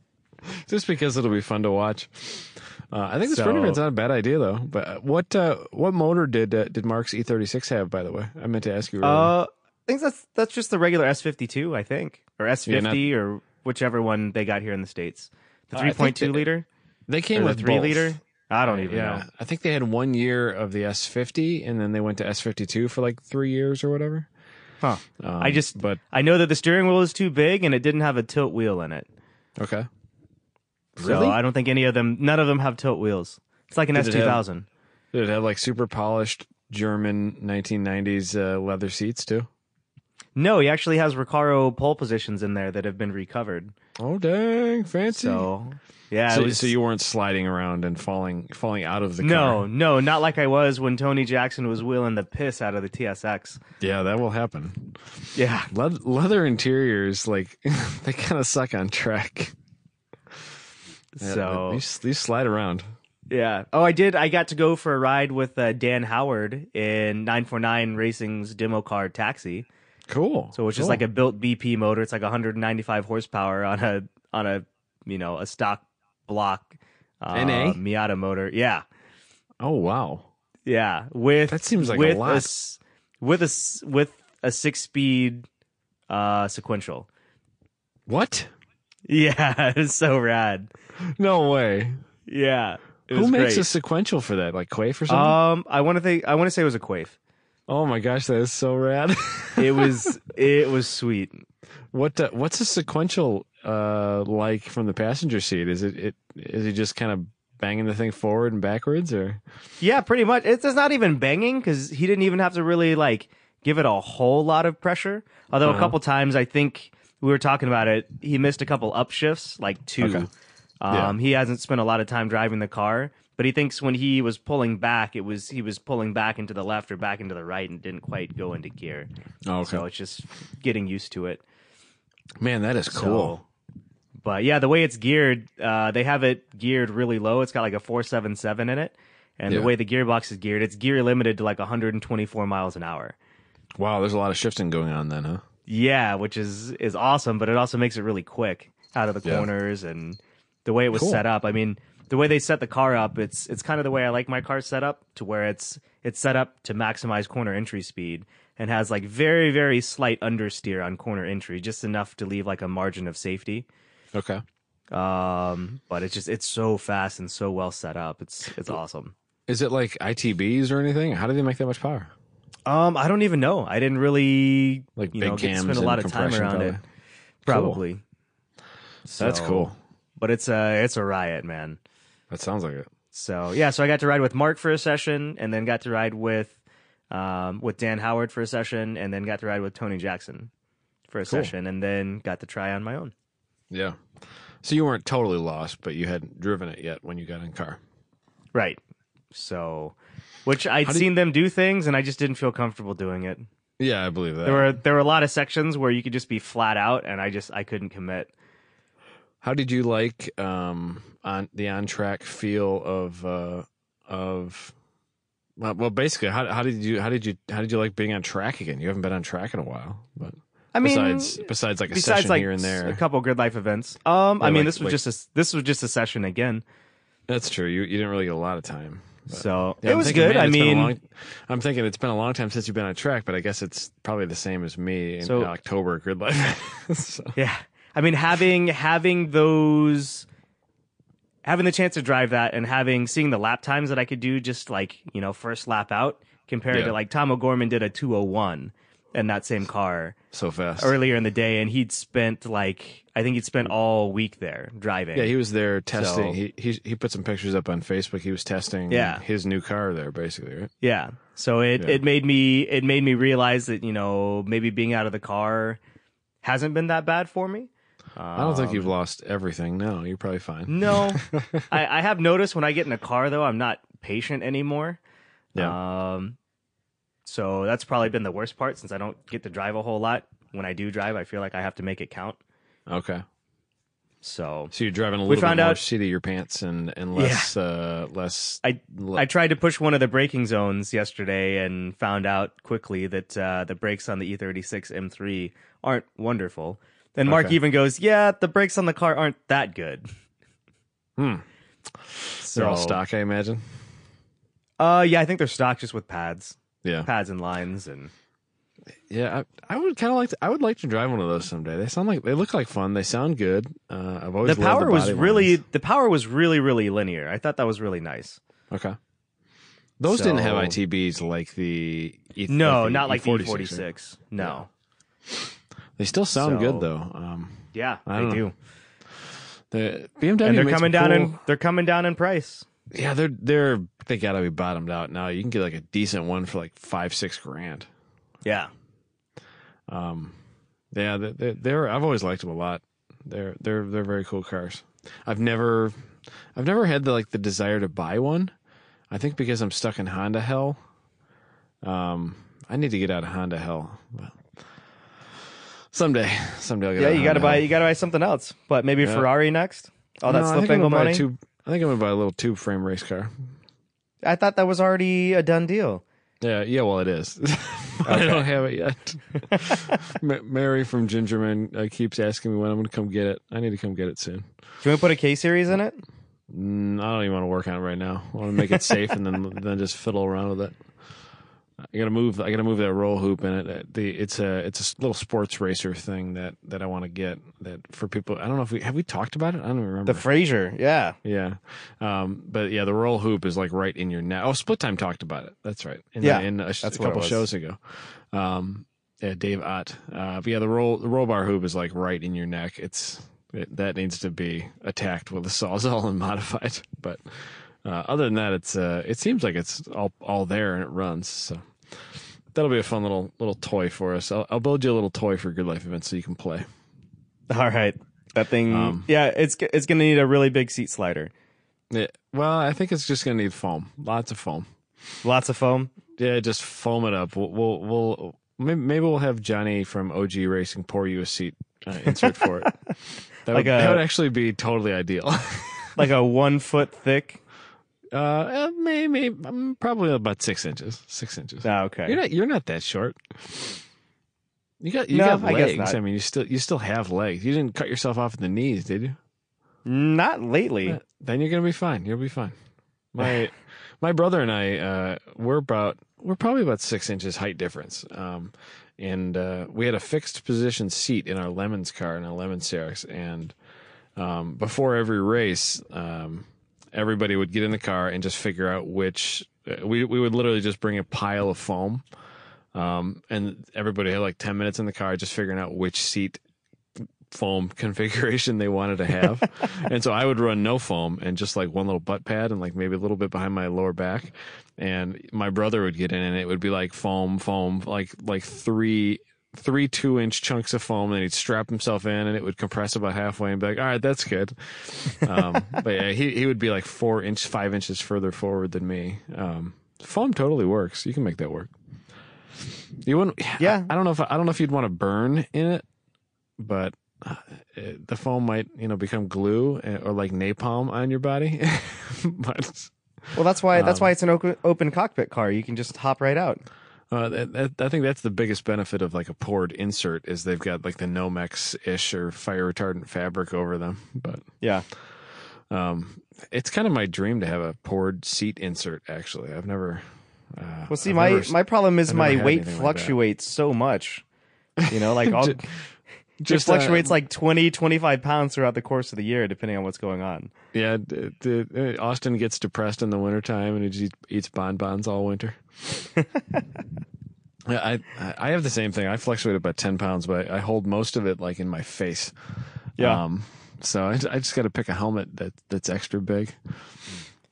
just because it'll be fun to watch. Uh, I think the
So-
Sprinter van's not a bad idea though. But uh, what uh, what motor did uh, did Mark's E36 have? By the way, I meant to ask you. earlier.
Uh, I think that's that's just the regular S52, I think, or S50, or whichever one they got here in the states. The
Uh, I think
3.2
they-
liter
they
or
came
the
with
3
both.
liter. I don't even
yeah,
know.
I think they had one year of the S50, and then they went to S52 for like three years or whatever.
Huh.
Um,
I just-
but
I know that the steering wheel is too big and it didn't have a tilt wheel in it.
okay.
So I don't think any of them, none of them have tilt wheels. It's like an
Did it have-
S2000.
Did it have like super polished German 1990s uh, leather seats too?
No, he actually has Recaro pole positions in there that have been recovered.
Oh dang, fancy!
So, yeah,
so,
it was,
so you weren't sliding around and falling falling out of the
no,
car.
no, not like I was when Tony Jackson was wheeling the piss out of the TSX.
Yeah, that will happen.
Yeah,
Leather, leather interiors, like they kind of suck on track. Yeah,
so
you, s- you slide around.
yeah. Oh, I did. I got to go for a ride with uh, Dan Howard in 949 Racing's demo car taxi.
Cool.
So, which is
Cool.
like a built BP motor. It's like 195 horsepower on a on a you know a stock block uh,
NA?
Miata motor. Yeah.
oh wow.
Yeah, with
That seems like a
with
lot.
s- with a s- with a six speed uh sequential.
What?
Yeah, it was so rad.
No way.
Yeah, it
Who
was
makes
great.
a sequential for that? Like Quafe or something?
Um, I want to think. I want to say it was a quaif.
oh my gosh, that is so rad.
It was. it was sweet.
what uh, what's a sequential uh like from the passenger seat? Is it it is he just kind of banging the thing forward and backwards or
Yeah, pretty much. It's, it's not even banging because he didn't even have to really like give it a whole lot of pressure. Although a
Uh-huh.
couple times, I think we were talking about it, he missed a couple upshifts, like two.
Okay. Yeah.
Um, He hasn't spent a lot of time driving the car, but he thinks when he was pulling back, it was he was pulling back into the left or back into the right and didn't quite go into gear.
oh,
So it's just getting used to it.
Man, that is cool.
So- but yeah, the way it's geared, uh, they have it geared really low. It's got like a 477 in it. And
Yeah.
the way the gearbox is geared, it's gear limited to like 124 miles an hour.
Wow, there's a lot of shifting going on then, huh?
Yeah, which is is awesome, but it also makes it really quick out of the
Yeah.
corners and the way it was
Cool.
set up. I mean, the way they set the car up, it's it's kind of the way I like my car set up to where it's it's set up to maximize corner entry speed and has like very very slight understeer on corner entry, just enough to leave like a margin of safety.
Okay.
Um, but it's just it's so fast and so well set up. It's it's awesome.
Is it like ITBs or anything? How do they make that much power?
Um, I don't even know. I didn't really
Like
you
big
know get to
cams
spend a
and
lot of time
compression,
around it.
probably.
Probably.
That's
So-
cool.
But it's a it's a riot, man.
That sounds like it.
So yeah, so I got to ride with Mark for a session, and then got to ride with um with Dan Howard for a session, and then got to ride with Tony Jackson for a
Cool.
session, and then got to try on my own.
Yeah. So you weren't totally lost, but you hadn't driven it yet when you got in car.
Right. So, which I'd
How did-
seen them do things, and I just didn't feel comfortable doing it.
Yeah, I believe that.
There were there were a lot of sections where you could just be flat out, and I just I couldn't commit.
How did you like um on the on track feel of uh of well, well basically how how did you how did you how did you like being on track again? You haven't been on track in a while, but
I mean,
besides besides like a
besides
session
like
here and
s-
there.
a couple grid life events. Um, I
Yeah,
mean,
like-
this was
like-
just a this was just a session again,
That's true. You you didn't really get a lot of time. But-
so
Yeah,
it
I'm
was
thinking,
good.
man,
I
it's been a
mean,
long- I'm thinking it's been a long time since you've been on track, but I guess it's probably the same as me in
So-
October grid life. so,
yeah, I mean having having those having the chance to drive that and having seeing the lap times that I could do just like you know first lap out compared
Yeah.
to like Tom O'Gorman did a two oh one in that same car.
so fast.
earlier in the day and he'd spent like I think he'd spent all week there driving.
Yeah, he was there
So-
testing. he, he he put some pictures up on Facebook. He was testing
Yeah.
his new car there, basically, right?
Yeah. So it
Yeah.
it made me it made me realize that, you know, maybe being out of the car hasn't been that bad for me.
I don't
Um,
think you've lost everything. No, you're probably fine.
No. I, I have noticed when I get in a car though, I'm not patient anymore.
Yeah.
Um so that's probably been the worst part since I don't get to drive a whole lot. When I do drive, I feel like I have to make it count.
okay.
So
So you're driving a
We
little bit
found
more
out-
seat of your pants and and less uh less.
I
le-
I tried to push one of the braking zones yesterday and found out quickly that uh, the brakes on the E36 M3 aren't wonderful. Then Mark
Okay.
even goes, "Yeah, the brakes on the car aren't that good." So,
Hmm. They're all stock, I imagine.
Uh, yeah, I think they're stock just with pads,
Yeah,
pads and lines, and
yeah. I, I would kind of like. To, I would like to drive one of those someday. They sound like they look like fun. They sound good. Uh, I've always
the
loved
power was
body
really
lines.
the power was really really linear. I thought that was really nice.
okay. Those didn't have
So-
ITBs like the E-
No,
the
not like the
E46, right?
forty six. No,
They still
So-
sound good though. Um,
yeah,
I
they
don't
do,
know. the BMW
and they're
made some
coming down
cool-
in they're coming down in price.
Yeah, they're they're they gotta be bottomed out now. You can get like a decent one for like five six grand.
Yeah,
Um, yeah, they- they- they're I've always liked them a lot. They're they're they're very cool cars. I've never I've never had the like the desire to buy one. I think because I'm stuck in Honda hell. Um, I need to get out of Honda hell. But someday, someday I'll get.
yeah,
out of
you gotta
Honda
buy
hell.
you gotta buy something else, but maybe
Yeah.
Ferrari next. Oh, All that
No, I
slip
think I'm
angle
gonna buy a
money.
tube- I think I'm gonna buy a little tube frame race car.
I thought that was already a done deal.
Yeah, yeah, well, it is. I don't have it yet. Ma- Mary from Gingerman uh, keeps asking me when I'm going to come get it. I need to come get it soon.
Do you want to put a K series in it?
Mm, I don't even want to work on it right now. I want to make it safe and then then just fiddle around with it. I gotta move. I gotta move that roll hoop in it. Uh, The it's a it's a s- little sports racer thing that that I want to get that for people. I don't know if we have we talked about it. I don't even remember.
The Fraser, yeah,
Yeah. Um, but yeah, the roll hoop is like right in your neck. Oh, split time talked about it. That's right. In,
Yeah,
In a, sh-
that's
a
what it
couple
was.
shows ago. Um, yeah, Dave Ott. Uh, but yeah, the roll, the roll bar hoop is like right in your neck. It's, it, that needs to be attacked with a sawzall and modified. But, uh, other than that, it's, uh, it seems like it's all, all there and it runs. So that'll be a fun little, little toy for us. I'll, I'll build you a little toy for good life events so you can play.
all right. That thing,
Um,
yeah, it's g- it's gonna need a really big seat slider,
Yeah. Well, I think it's just going to need foam, lots of foam.
lots of foam.
Yeah, just foam it up. We'll we'll, we'll may- maybe we'll have Johnny from OG Racing pour you a seat uh, insert for it. That,
Like
would, that
a-
would actually be totally ideal.
like a one foot thick.
uh, maybe um, probably about six inches. Six inches.
Ah, okay.
You're not you're not that short. You got you
No,
got
I guess
legs.
not.
I, mean, you still you still have legs. You didn't cut yourself off at the knees, did you?
Not lately.
Yeah, then you're gonna be fine. You'll be fine. My my brother and I uh, we're about we're probably about six inches height difference. Um, and uh, we had a fixed position seat in our lemons car in a lemon Cerex, and um, before every race, um, everybody would get in the car and just figure out which uh, we we would literally just bring a pile of foam. Um, and everybody had like 10 minutes in the car just figuring out which seat foam configuration they wanted to have. and so I would run no foam and just like one little butt pad and like maybe a little bit behind my lower back. And my brother would get in and it would be like foam, foam, like like three three two inch chunks of foam and he'd strap himself in and it would compress about halfway and be like, all right, that's good. Um, but yeah, he, he would be like four inch, five inches further forward than me. Um, foam totally works. You can make that work. You wouldn't,
Yeah.
I, I don't know if, I don't know if you'd want to burn in it, but uh, the foam might you know become glue uh, or like napalm on your body but
Well, that's why that's why it's an open, open cockpit car. You can just hop right out.
uh, that, that, i think that's the biggest benefit of like a poured insert is they've got like the nomex ish or fire retardant fabric over them but
Yeah.
um it's kind of my dream to have a poured seat insert actually i've never uh,
Well, see,
I've
my
never-
my problem is
I've never
my
had
weight
anything like
fluctuates so much. You know, like all,
Ju-
just um,
uh,
fluctuates like 20, 25 pounds throughout the course of the year, depending on what's going on.
yeah d- d- uh, austin gets depressed in the wintertime and he just eats bonbons all winter Yeah, I I- I have the same thing. I fluctuate about ten pounds, but I hold most of it like in my face.
Yeah.
Um, so I, I just got to pick a helmet that that's extra big.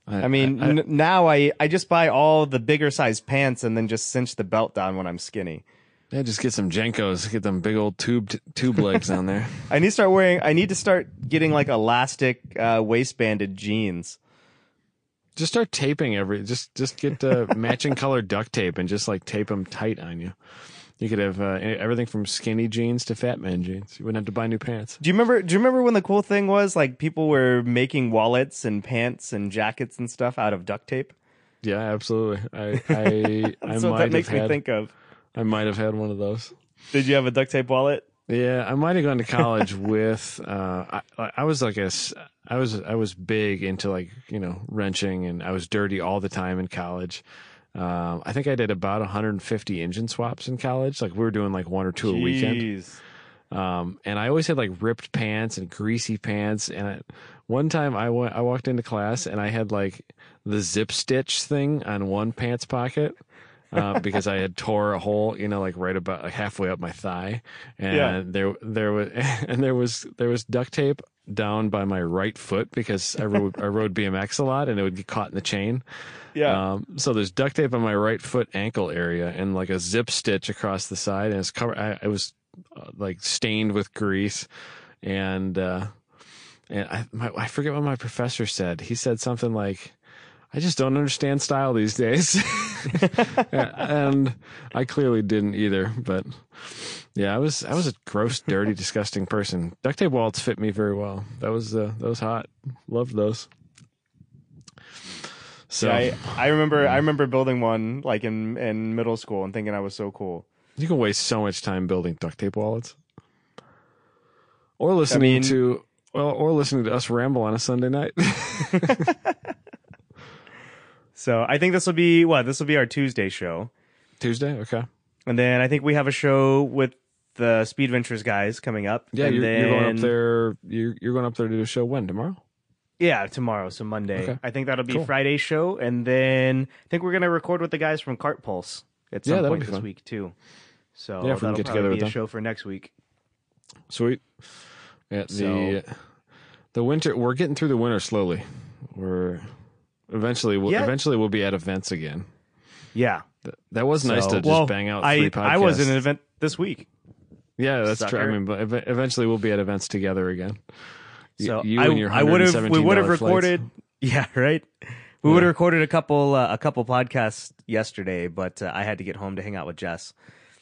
I mean, n- now I I just buy all the bigger size pants and then just cinch the belt down when I'm skinny.
yeah, just get some Jenkos, get them big old tubed tube legs on there.
I need to start wearing. I need to start getting like elastic uh, waistbanded jeans.
Just start taping every. Just just get uh, matching color duct tape and just like tape them tight on you. You could have uh, everything from skinny jeans to fat man jeans. You wouldn't have to buy new pants.
Do you remember? Do you remember when the cool thing was like people were making wallets and pants and jackets and stuff out of duct tape?
Yeah, absolutely. I I, I
That's what
might
that makes
have
me
had,
think of.
I might have had one of those.
Did you have a duct tape wallet?
Yeah, I might have gone to college with. Uh, I, I was like a, s- I was I was big into like you know wrenching, and I was dirty all the time in college. Um, I think I did about 150 engine swaps in college. Like we were doing like one or two a weekend.
Jeez.
Um, and I always had like ripped pants and greasy pants. And I, one time I went, I walked into class and I had like the zip stitch thing on one pants pocket. Uh, because I had tore a hole, you know, like right about like halfway up my thigh, and
Yeah.
there there was and there was there was duct tape down by my right foot because I rode I rode BMX a lot and it would get caught in the chain.
Yeah.
Um, so there's duct tape on my right foot ankle area and like a zip stitch across the side, and it's covered. I, I was uh, like stained with grease, and uh, and I my, I forget what my professor said. He said something like, "I just don't understand style these days," and I clearly didn't either. But yeah, I was I was a gross, dirty, disgusting person. Duct tape wallets fit me very well. That was uh, that was hot. Loved those. So.
I, I remember I remember building one like in in middle school and thinking I was so cool.
You can waste so much time building duct tape wallets, or listening
mean-
to well, or listening to us ramble on a Sunday night.
So I think this will be what this will be our Tuesday show,
Tuesday, okay.
and then I think we have a show with the Speed Ventures guys coming up.
Yeah,
and
you're, you're going
then-
up there. You're, you're going up there to do a show when tomorrow?
Yeah, tomorrow, so Monday.
Okay.
I think that'll be
Cool.
Friday's show, and then I think we're gonna record with the guys from Cart Pulse at
Yeah,
some
that'll
point
be
this
fun.
week too. So
Yeah, if we can
that'll probably
get together
be
with
a
them.
show for next week.
Sweet. Yeah, the the winter. We're getting through the winter slowly. We're eventually. We'll,
Yeah.
Eventually, we'll be at events again.
Yeah,
Th- That was nice
So-
to just
well,
bang out
I
three podcasts.
I was in an event this week,
Yeah, that's true.
sucker.
I mean, but ev- eventually we'll be at events together again. Y-
so
you
I,
and your
I would have we would
$117
have
flights.
recorded. Yeah, right. We would have recorded a couple uh, a couple podcasts yesterday, but uh, I had to get home to hang out with Jess.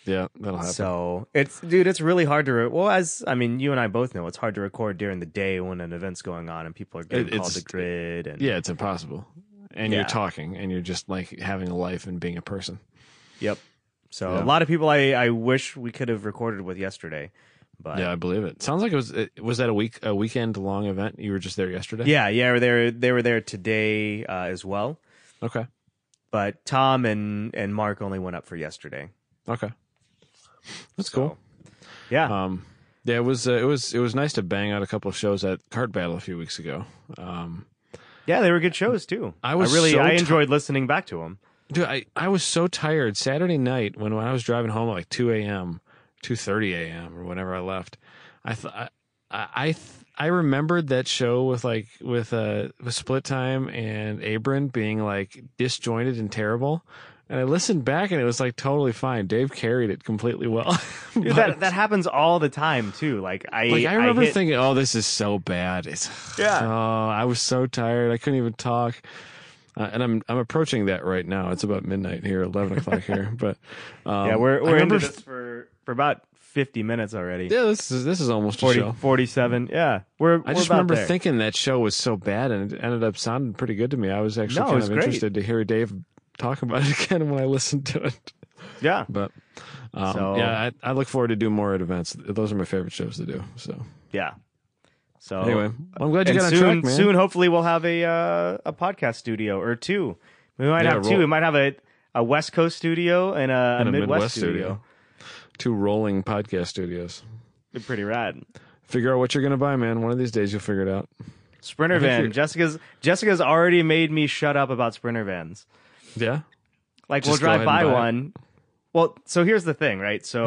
Yeah, that'll happen.
So it's dude, it's really hard to re- well as I mean, you and I both know it's hard to record during the day when an event's going on and people are getting
It-
called
it's-
to grid and
Yeah, it's impossible. And
Yeah.
you're talking and you're just like having a life and being a person.
yep. So
Yeah.
a lot of people I I wish we could have recorded with yesterday, but
yeah, I believe it. Sounds like it was it, was that a week a weekend long event? You were just there yesterday?
yeah, yeah, they were they were there today uh, as well,
Okay.
but Tom and and Mark only went up for yesterday.
Okay. That's
So,
cool.
Yeah,
Um yeah, it was uh, it was it was nice to bang out a couple of shows at Cart Battle a few weeks ago. Um
yeah, they were good shows too.
I was
really
so
I
ti-
enjoyed listening back to them.
dude, I, I was so tired Saturday night when, when I was driving home at like 2 a.m., 2.30 a.m. or whenever I left. I th- I I, th- I remembered that show with like with uh with Split Time and Abram being like disjointed and terrible. And I listened back and it was like totally fine. Dave carried it completely well.
Dude,
But-
that that happens all the time too. Like I
like I remember
hit-
thinking, "Oh, this is so bad." It's
Yeah.
Oh, I was so tired. I couldn't even talk. Uh, and I'm I'm approaching that right now. It's about midnight here, eleven o'clock here. But um,
Yeah, we're we're
I
into
remember-
this for for about fifty minutes already.
Yeah, this is this is almost a
40,
show.
47. Yeah, we're.
I
we're
just
about
remember
there.
thinking that show was so bad, and it ended up sounding pretty good to me. I was actually
No, it
kind
was
of
great.
interested to hear Dave talk about it again when I listened to it.
Yeah,
But um,
So-
yeah, I, I look forward to do more at events. Those are my favorite shows to do. So
yeah. So
anyway, I'm glad you
Oh. and
got
soon,
on track, man.
soon, hopefully, we'll have a uh, a podcast studio or two. We might
Yeah,
have two.
roll-
We might have a a West Coast studio and a, a
And a
Midwest,
Midwest
studio.
studio. Two rolling podcast studios.
They're pretty rad.
Figure out what you're gonna buy, man. One of these days you'll figure it out.
Sprinter
think
van.
you're-
Jessica's Jessica's already made me shut up about sprinter vans.
Yeah.
Like
Just go
we'll drive
ahead
by
and buy it.
one. Well, so here's the thing, right? So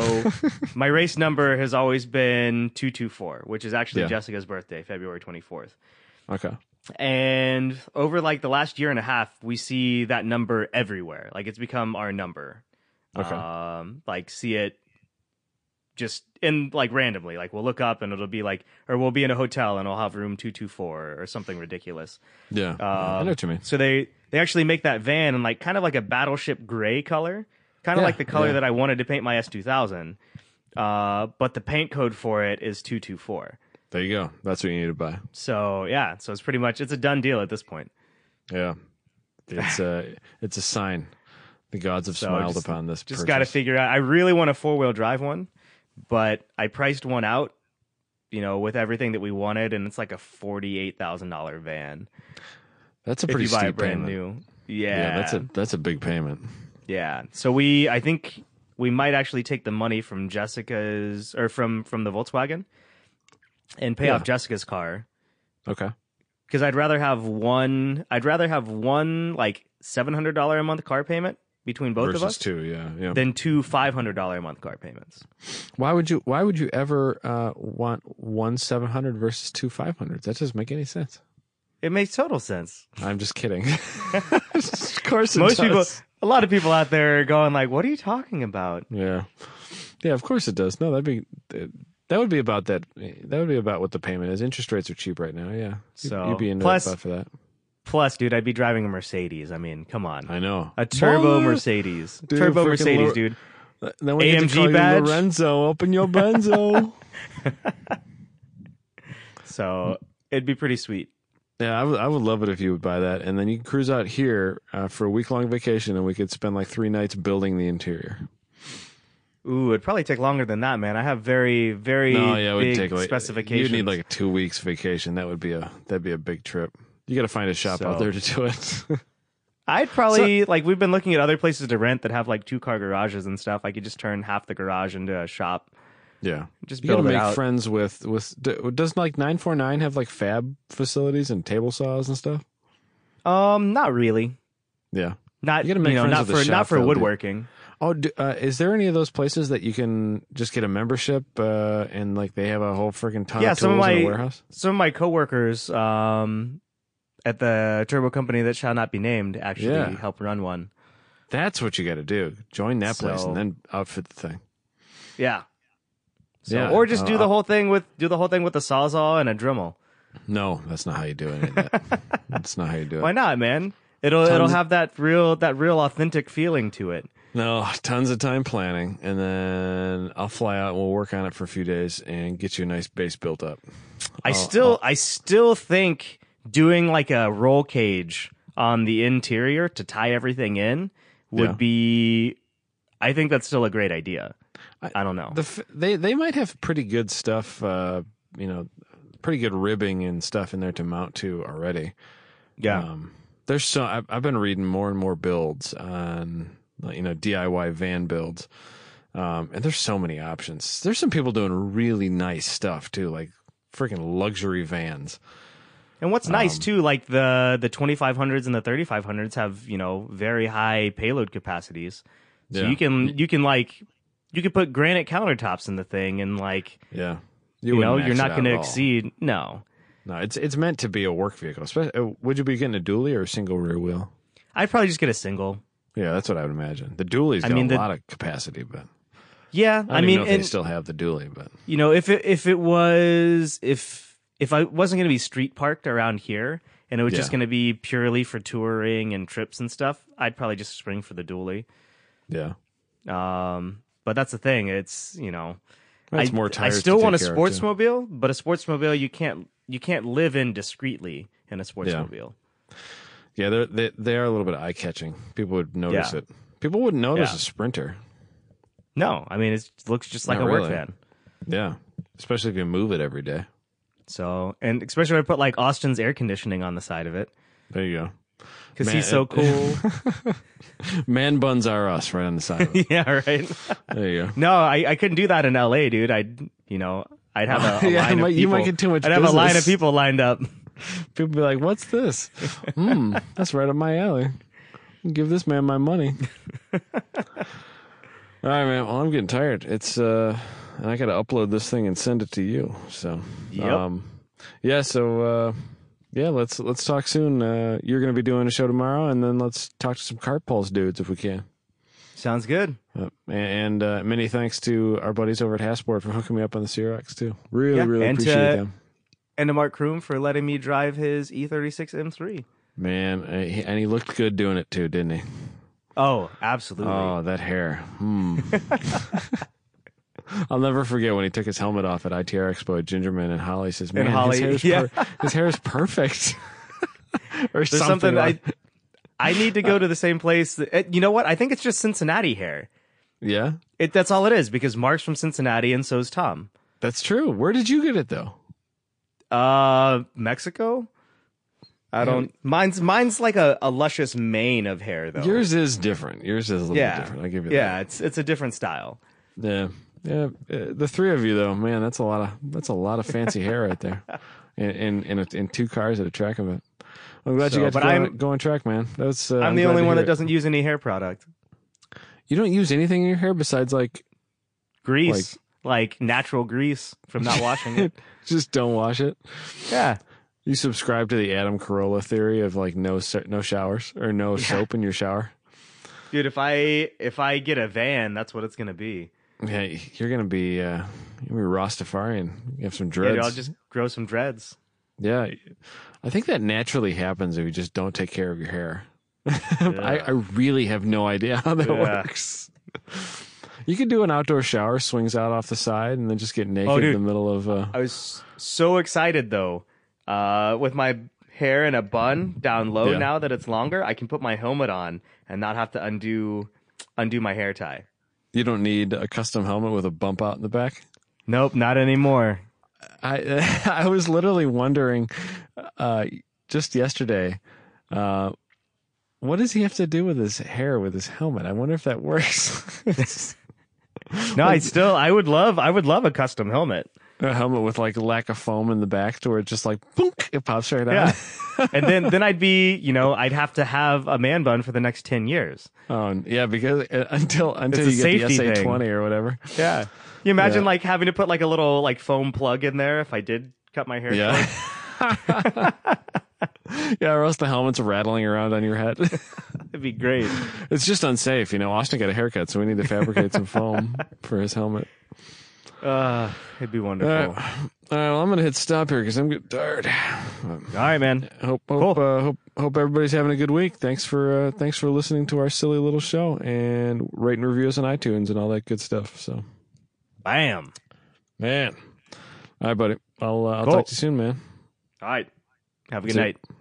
my race number has always been two two four, which is actually
Yeah.
Jessica's birthday, February twenty fourth.
Okay.
And over like the last year and a half, we see that number everywhere. Like it's become our number.
Okay.
Um, like see it just in like randomly. Like we'll look up and it'll be like, or we'll be in a hotel and I'll have room two two four or something ridiculous.
Yeah. I know what you mean.
So they they actually make that van in like kind of like a battleship gray color, kind of
Yeah,
like the color
yeah.
that I wanted to paint my S two thousand. Uh, but the paint code for it is two two four.
There you go. That's what you need to buy.
So yeah, so it's pretty much it's a done deal at this point.
Yeah. It's a it's a sign. The gods have
So I
smiled
just-
upon this.
Just
purchase.
got to figure out. I really want a four wheel drive one, but I priced one out, you know, with everything that we wanted, and it's like a forty-eight thousand dollar van.
That's a
If
pretty
you buy
steep
a brand
payment.
new, yeah,
Yeah. that's a that's a big payment.
yeah. So we, I think we might actually take the money from Jessica's or from from the Volkswagen and pay
Yeah.
off Jessica's car
Okay.
because I'd rather have one. I'd rather have one like seven hundred dollar a month car payment between both
Versus
of us
two, yeah, yeah.
than two five hundred dollar a month car payments.
why would you Why would you ever uh, want one seven hundred versus two five hundred? That doesn't make any sense.
It makes total sense.
I'm just kidding. of course, it
Most people,
does.
a lot of people out there are going like, "What are you talking about?"
Yeah, yeah. Of course it does. No, that'd be that would be about that. That would be about what the payment is. Interest rates are cheap right now. Yeah, You'd-
So-
you'd be into
plus-
that for that.
Plus, dude, I'd be driving a Mercedes. I mean, come on.
I know.
A turbo
Baller.
Mercedes.
Dude,
turbo
freaking
Mercedes,
Lor-
dude.
Uh, Then we get
AMG
to call you
badge?
Lorenzo, open your benzo.
So it'd be pretty sweet.
yeah, I would. I would love it if you would buy that, and then you could cruise out here uh, for a week long vacation, and we could spend like three nights building the interior.
Ooh, it'd probably take longer than that, man. I have very, very
No, yeah, it would
big
take like
specifications.
You'd need like two weeks vacation. That would be a that'd be a big trip. You got to find a shop
So-
out there to do it.
I'd probably like we've been looking at other places to rent that have like two car garages and stuff. I could just turn half the garage into a shop.
yeah,
Just
you got to
build it
make
out.
friends with with. do- Does like nine four nine have like fab facilities and table saws and stuff?
um, not really.
Yeah.
Not
You
you,
gotta make
know,
friends
not
with the
for not
shop,
for
though, dude.
woodworking.
Oh, do, uh, is there any of those places that you can just get a membership uh, and like they have a whole freaking ton
Yeah,
of tools
some of
in a
my-
warehouse?
Some of my coworkers um at the turbo company that shall not be named actually
Yeah.
help run one.
That's what you got to do. Join that place
So-
and then outfit the thing.
Yeah. So,
Yeah,
or just
uh,
do the whole thing with do the whole thing with the sawzall and a Dremel.
No, that's not how you do any of that. that's not how you do it.
Why not, man? It'll it'll
Tons-
have that real that real authentic feeling to it.
No, tons of time planning, and then I'll fly out and we'll work on it for a few days and get you a nice base built up. Oh,
I still I still think doing like a roll cage on the interior to tie everything in would
Yeah.
be I think that's still a great idea. I, don't know.
The f- they they might have pretty good stuff, uh, you know, pretty good ribbing and stuff in there to mount to already.
yeah.
Um, there's so I've, I've been reading more and more builds on like, you know DIY van builds, um, and there's so many options. There's some people doing really nice stuff too, like freaking luxury vans.
And what's
um,
nice too, like the the 2500s and the 3500s have you know very high payload capacities, so
Yeah.
you can you can like you could put granite countertops in the thing and like
Yeah,
you, know
wouldn't
you're
max
not
it out
going to
at all.
exceed no.
No, it's it's meant to be a work vehicle. Espe- uh, Would you be getting a dually or a single rear wheel?
I'd probably just get a single.
Yeah, that's what I would imagine. The dually's
I
got
mean,
a
the-
lot of capacity, but
Yeah,
I don't
I,
even
mean,
know if
and,
they still have the dually. But
you know, if it if it was if if I wasn't going to be street parked around here and it was just
Yeah.
going to be purely for touring and trips and stuff, I'd probably just spring for the dually.
yeah,
Um, but that's the thing; it's you know,
it's
I,
more
I
tires.
still
to
want a
take care of, too.
sportsmobile, but a sportsmobile you can't you can't live in discreetly in a sportsmobile.
Yeah, they're, they they are a little bit eye catching. People would notice
Yeah.
it. People wouldn't notice
Yeah.
a sprinter.
No, I mean it's- it looks just like
Not
a work
really.
van.
Yeah, especially if you move it every day.
So, and especially when I put like Austin's air conditioning on the side of it
There you go.
because
Man,
he's so
it-
cool.
Man buns are us right on the side. Of it.
yeah, right.
There you go.
No, I, I couldn't do that in L.A., dude. I'd you know I'd have a, a
Yeah,
line
you
of
might-
people.
you might get too much
I'd have a line of
business.
people lined up.
People be like, "What's this? Hmm, that's right up my alley. Give this man my money." All right, man. Well, I'm getting tired. It's uh, and I got to upload this thing and send it to you. So, um,
Yep.
yeah. So, uh, yeah. Let's let's talk soon. Uh, you're going to be doing a show tomorrow, and then let's talk to some cart pulls dudes if we can.
Sounds good.
Uh, and uh, many thanks to our buddies over at Hasport for hooking me up on the CRX too. Really,
Yeah,
really
and to-
appreciate them.
And to Mark Kroom for letting me drive his E E36 M3.
Man, uh, he- and he looked good doing it too, didn't he?
Oh, absolutely.
Oh, that hair. Hmm. I'll never forget when he took his helmet off at ITR Expo at Gingerman and Holly says, Man,
Holly,
his, hair is
yeah.
per- his hair is perfect. or
There's
something.
something,
like-
I I need to go to the same place. That, eh, you know what? I think it's just Cincinnati hair.
Yeah,
It, that's all it is because Mark's from Cincinnati and so is Tom.
that's true. Where did you get it though?
Uh, Mexico. I don't. Mine's mine's like a, a luscious mane of hair though.
Yours is different. Yours is a little
yeah,
bit different. I give you
yeah. It's it's a different style.
that. Yeah. Yeah, uh, the three of you though, man, that's a lot of that's a lot of fancy hair right there, in in in, a, in two cars at a track event. I'm glad
So,
you got to
but
go,
I'm-
on, go on track, man. That's uh,
I'm, the
glad
only
to
one
hear
that
it.
doesn't use any hair product.
You don't use anything in your hair besides like
Grease, like, natural grease from not washing it.
just don't wash it.
yeah,
You subscribe to the Adam Carolla theory of like no so- no showers or no soap in your shower.
dude. If I if I get a van, that's what it's gonna be.
Hey, you're gonna be uh, you're gonna be Rastafarian. You have some
Yeah,
dreads.
dude, I'll just grow some dreads.
Yeah. I think that naturally happens if you just don't take care of your hair. I, I really have no idea how that
Yeah.
works. You could do an outdoor shower, swings out off the side, and then just get naked in
Oh, dude.
the middle of. Uh,
I was so excited though, uh, with my hair in a bun down low
Yeah.
now that it's longer. I can put my helmet on and not have to undo undo my hair tie.
you don't need a custom helmet with a bump out in the back.
Nope, not anymore.
I I was literally wondering uh, just yesterday, uh, what does he have to do with his hair with his helmet? I wonder if that works.
No, I still I would love I would love a custom helmet.
a helmet with like lack of foam in the back to where it just like boonk, it pops right out.
Yeah. and then then I'd be, you know, I'd have to have a man bun for the next 10 years.
Oh, and- yeah, because uh, until until
It's a
you get the
safety
SA twenty or whatever.
Yeah. You imagine
Yeah.
like having to put like a little like foam plug in there if I did cut my hair short?
Yeah. yeah, or else the helmet's rattling around on your head.
It'd be great.
it's just unsafe, you know. Austin got a haircut, so we need to fabricate some foam for his helmet.
Uh, it'd be wonderful.
All right. All right, well, I'm gonna hit stop here because I'm getting tired.
All right, man.
Hope hope,
Cool.
uh, hope hope everybody's having a good week. Thanks for uh, thanks for listening to our silly little show and rate and review us on iTunes and all that good stuff. So
Bam.
man, all right, buddy. I'll uh, I'll
Cool.
talk to you soon, man.
All right. Have a good
See ya.
night.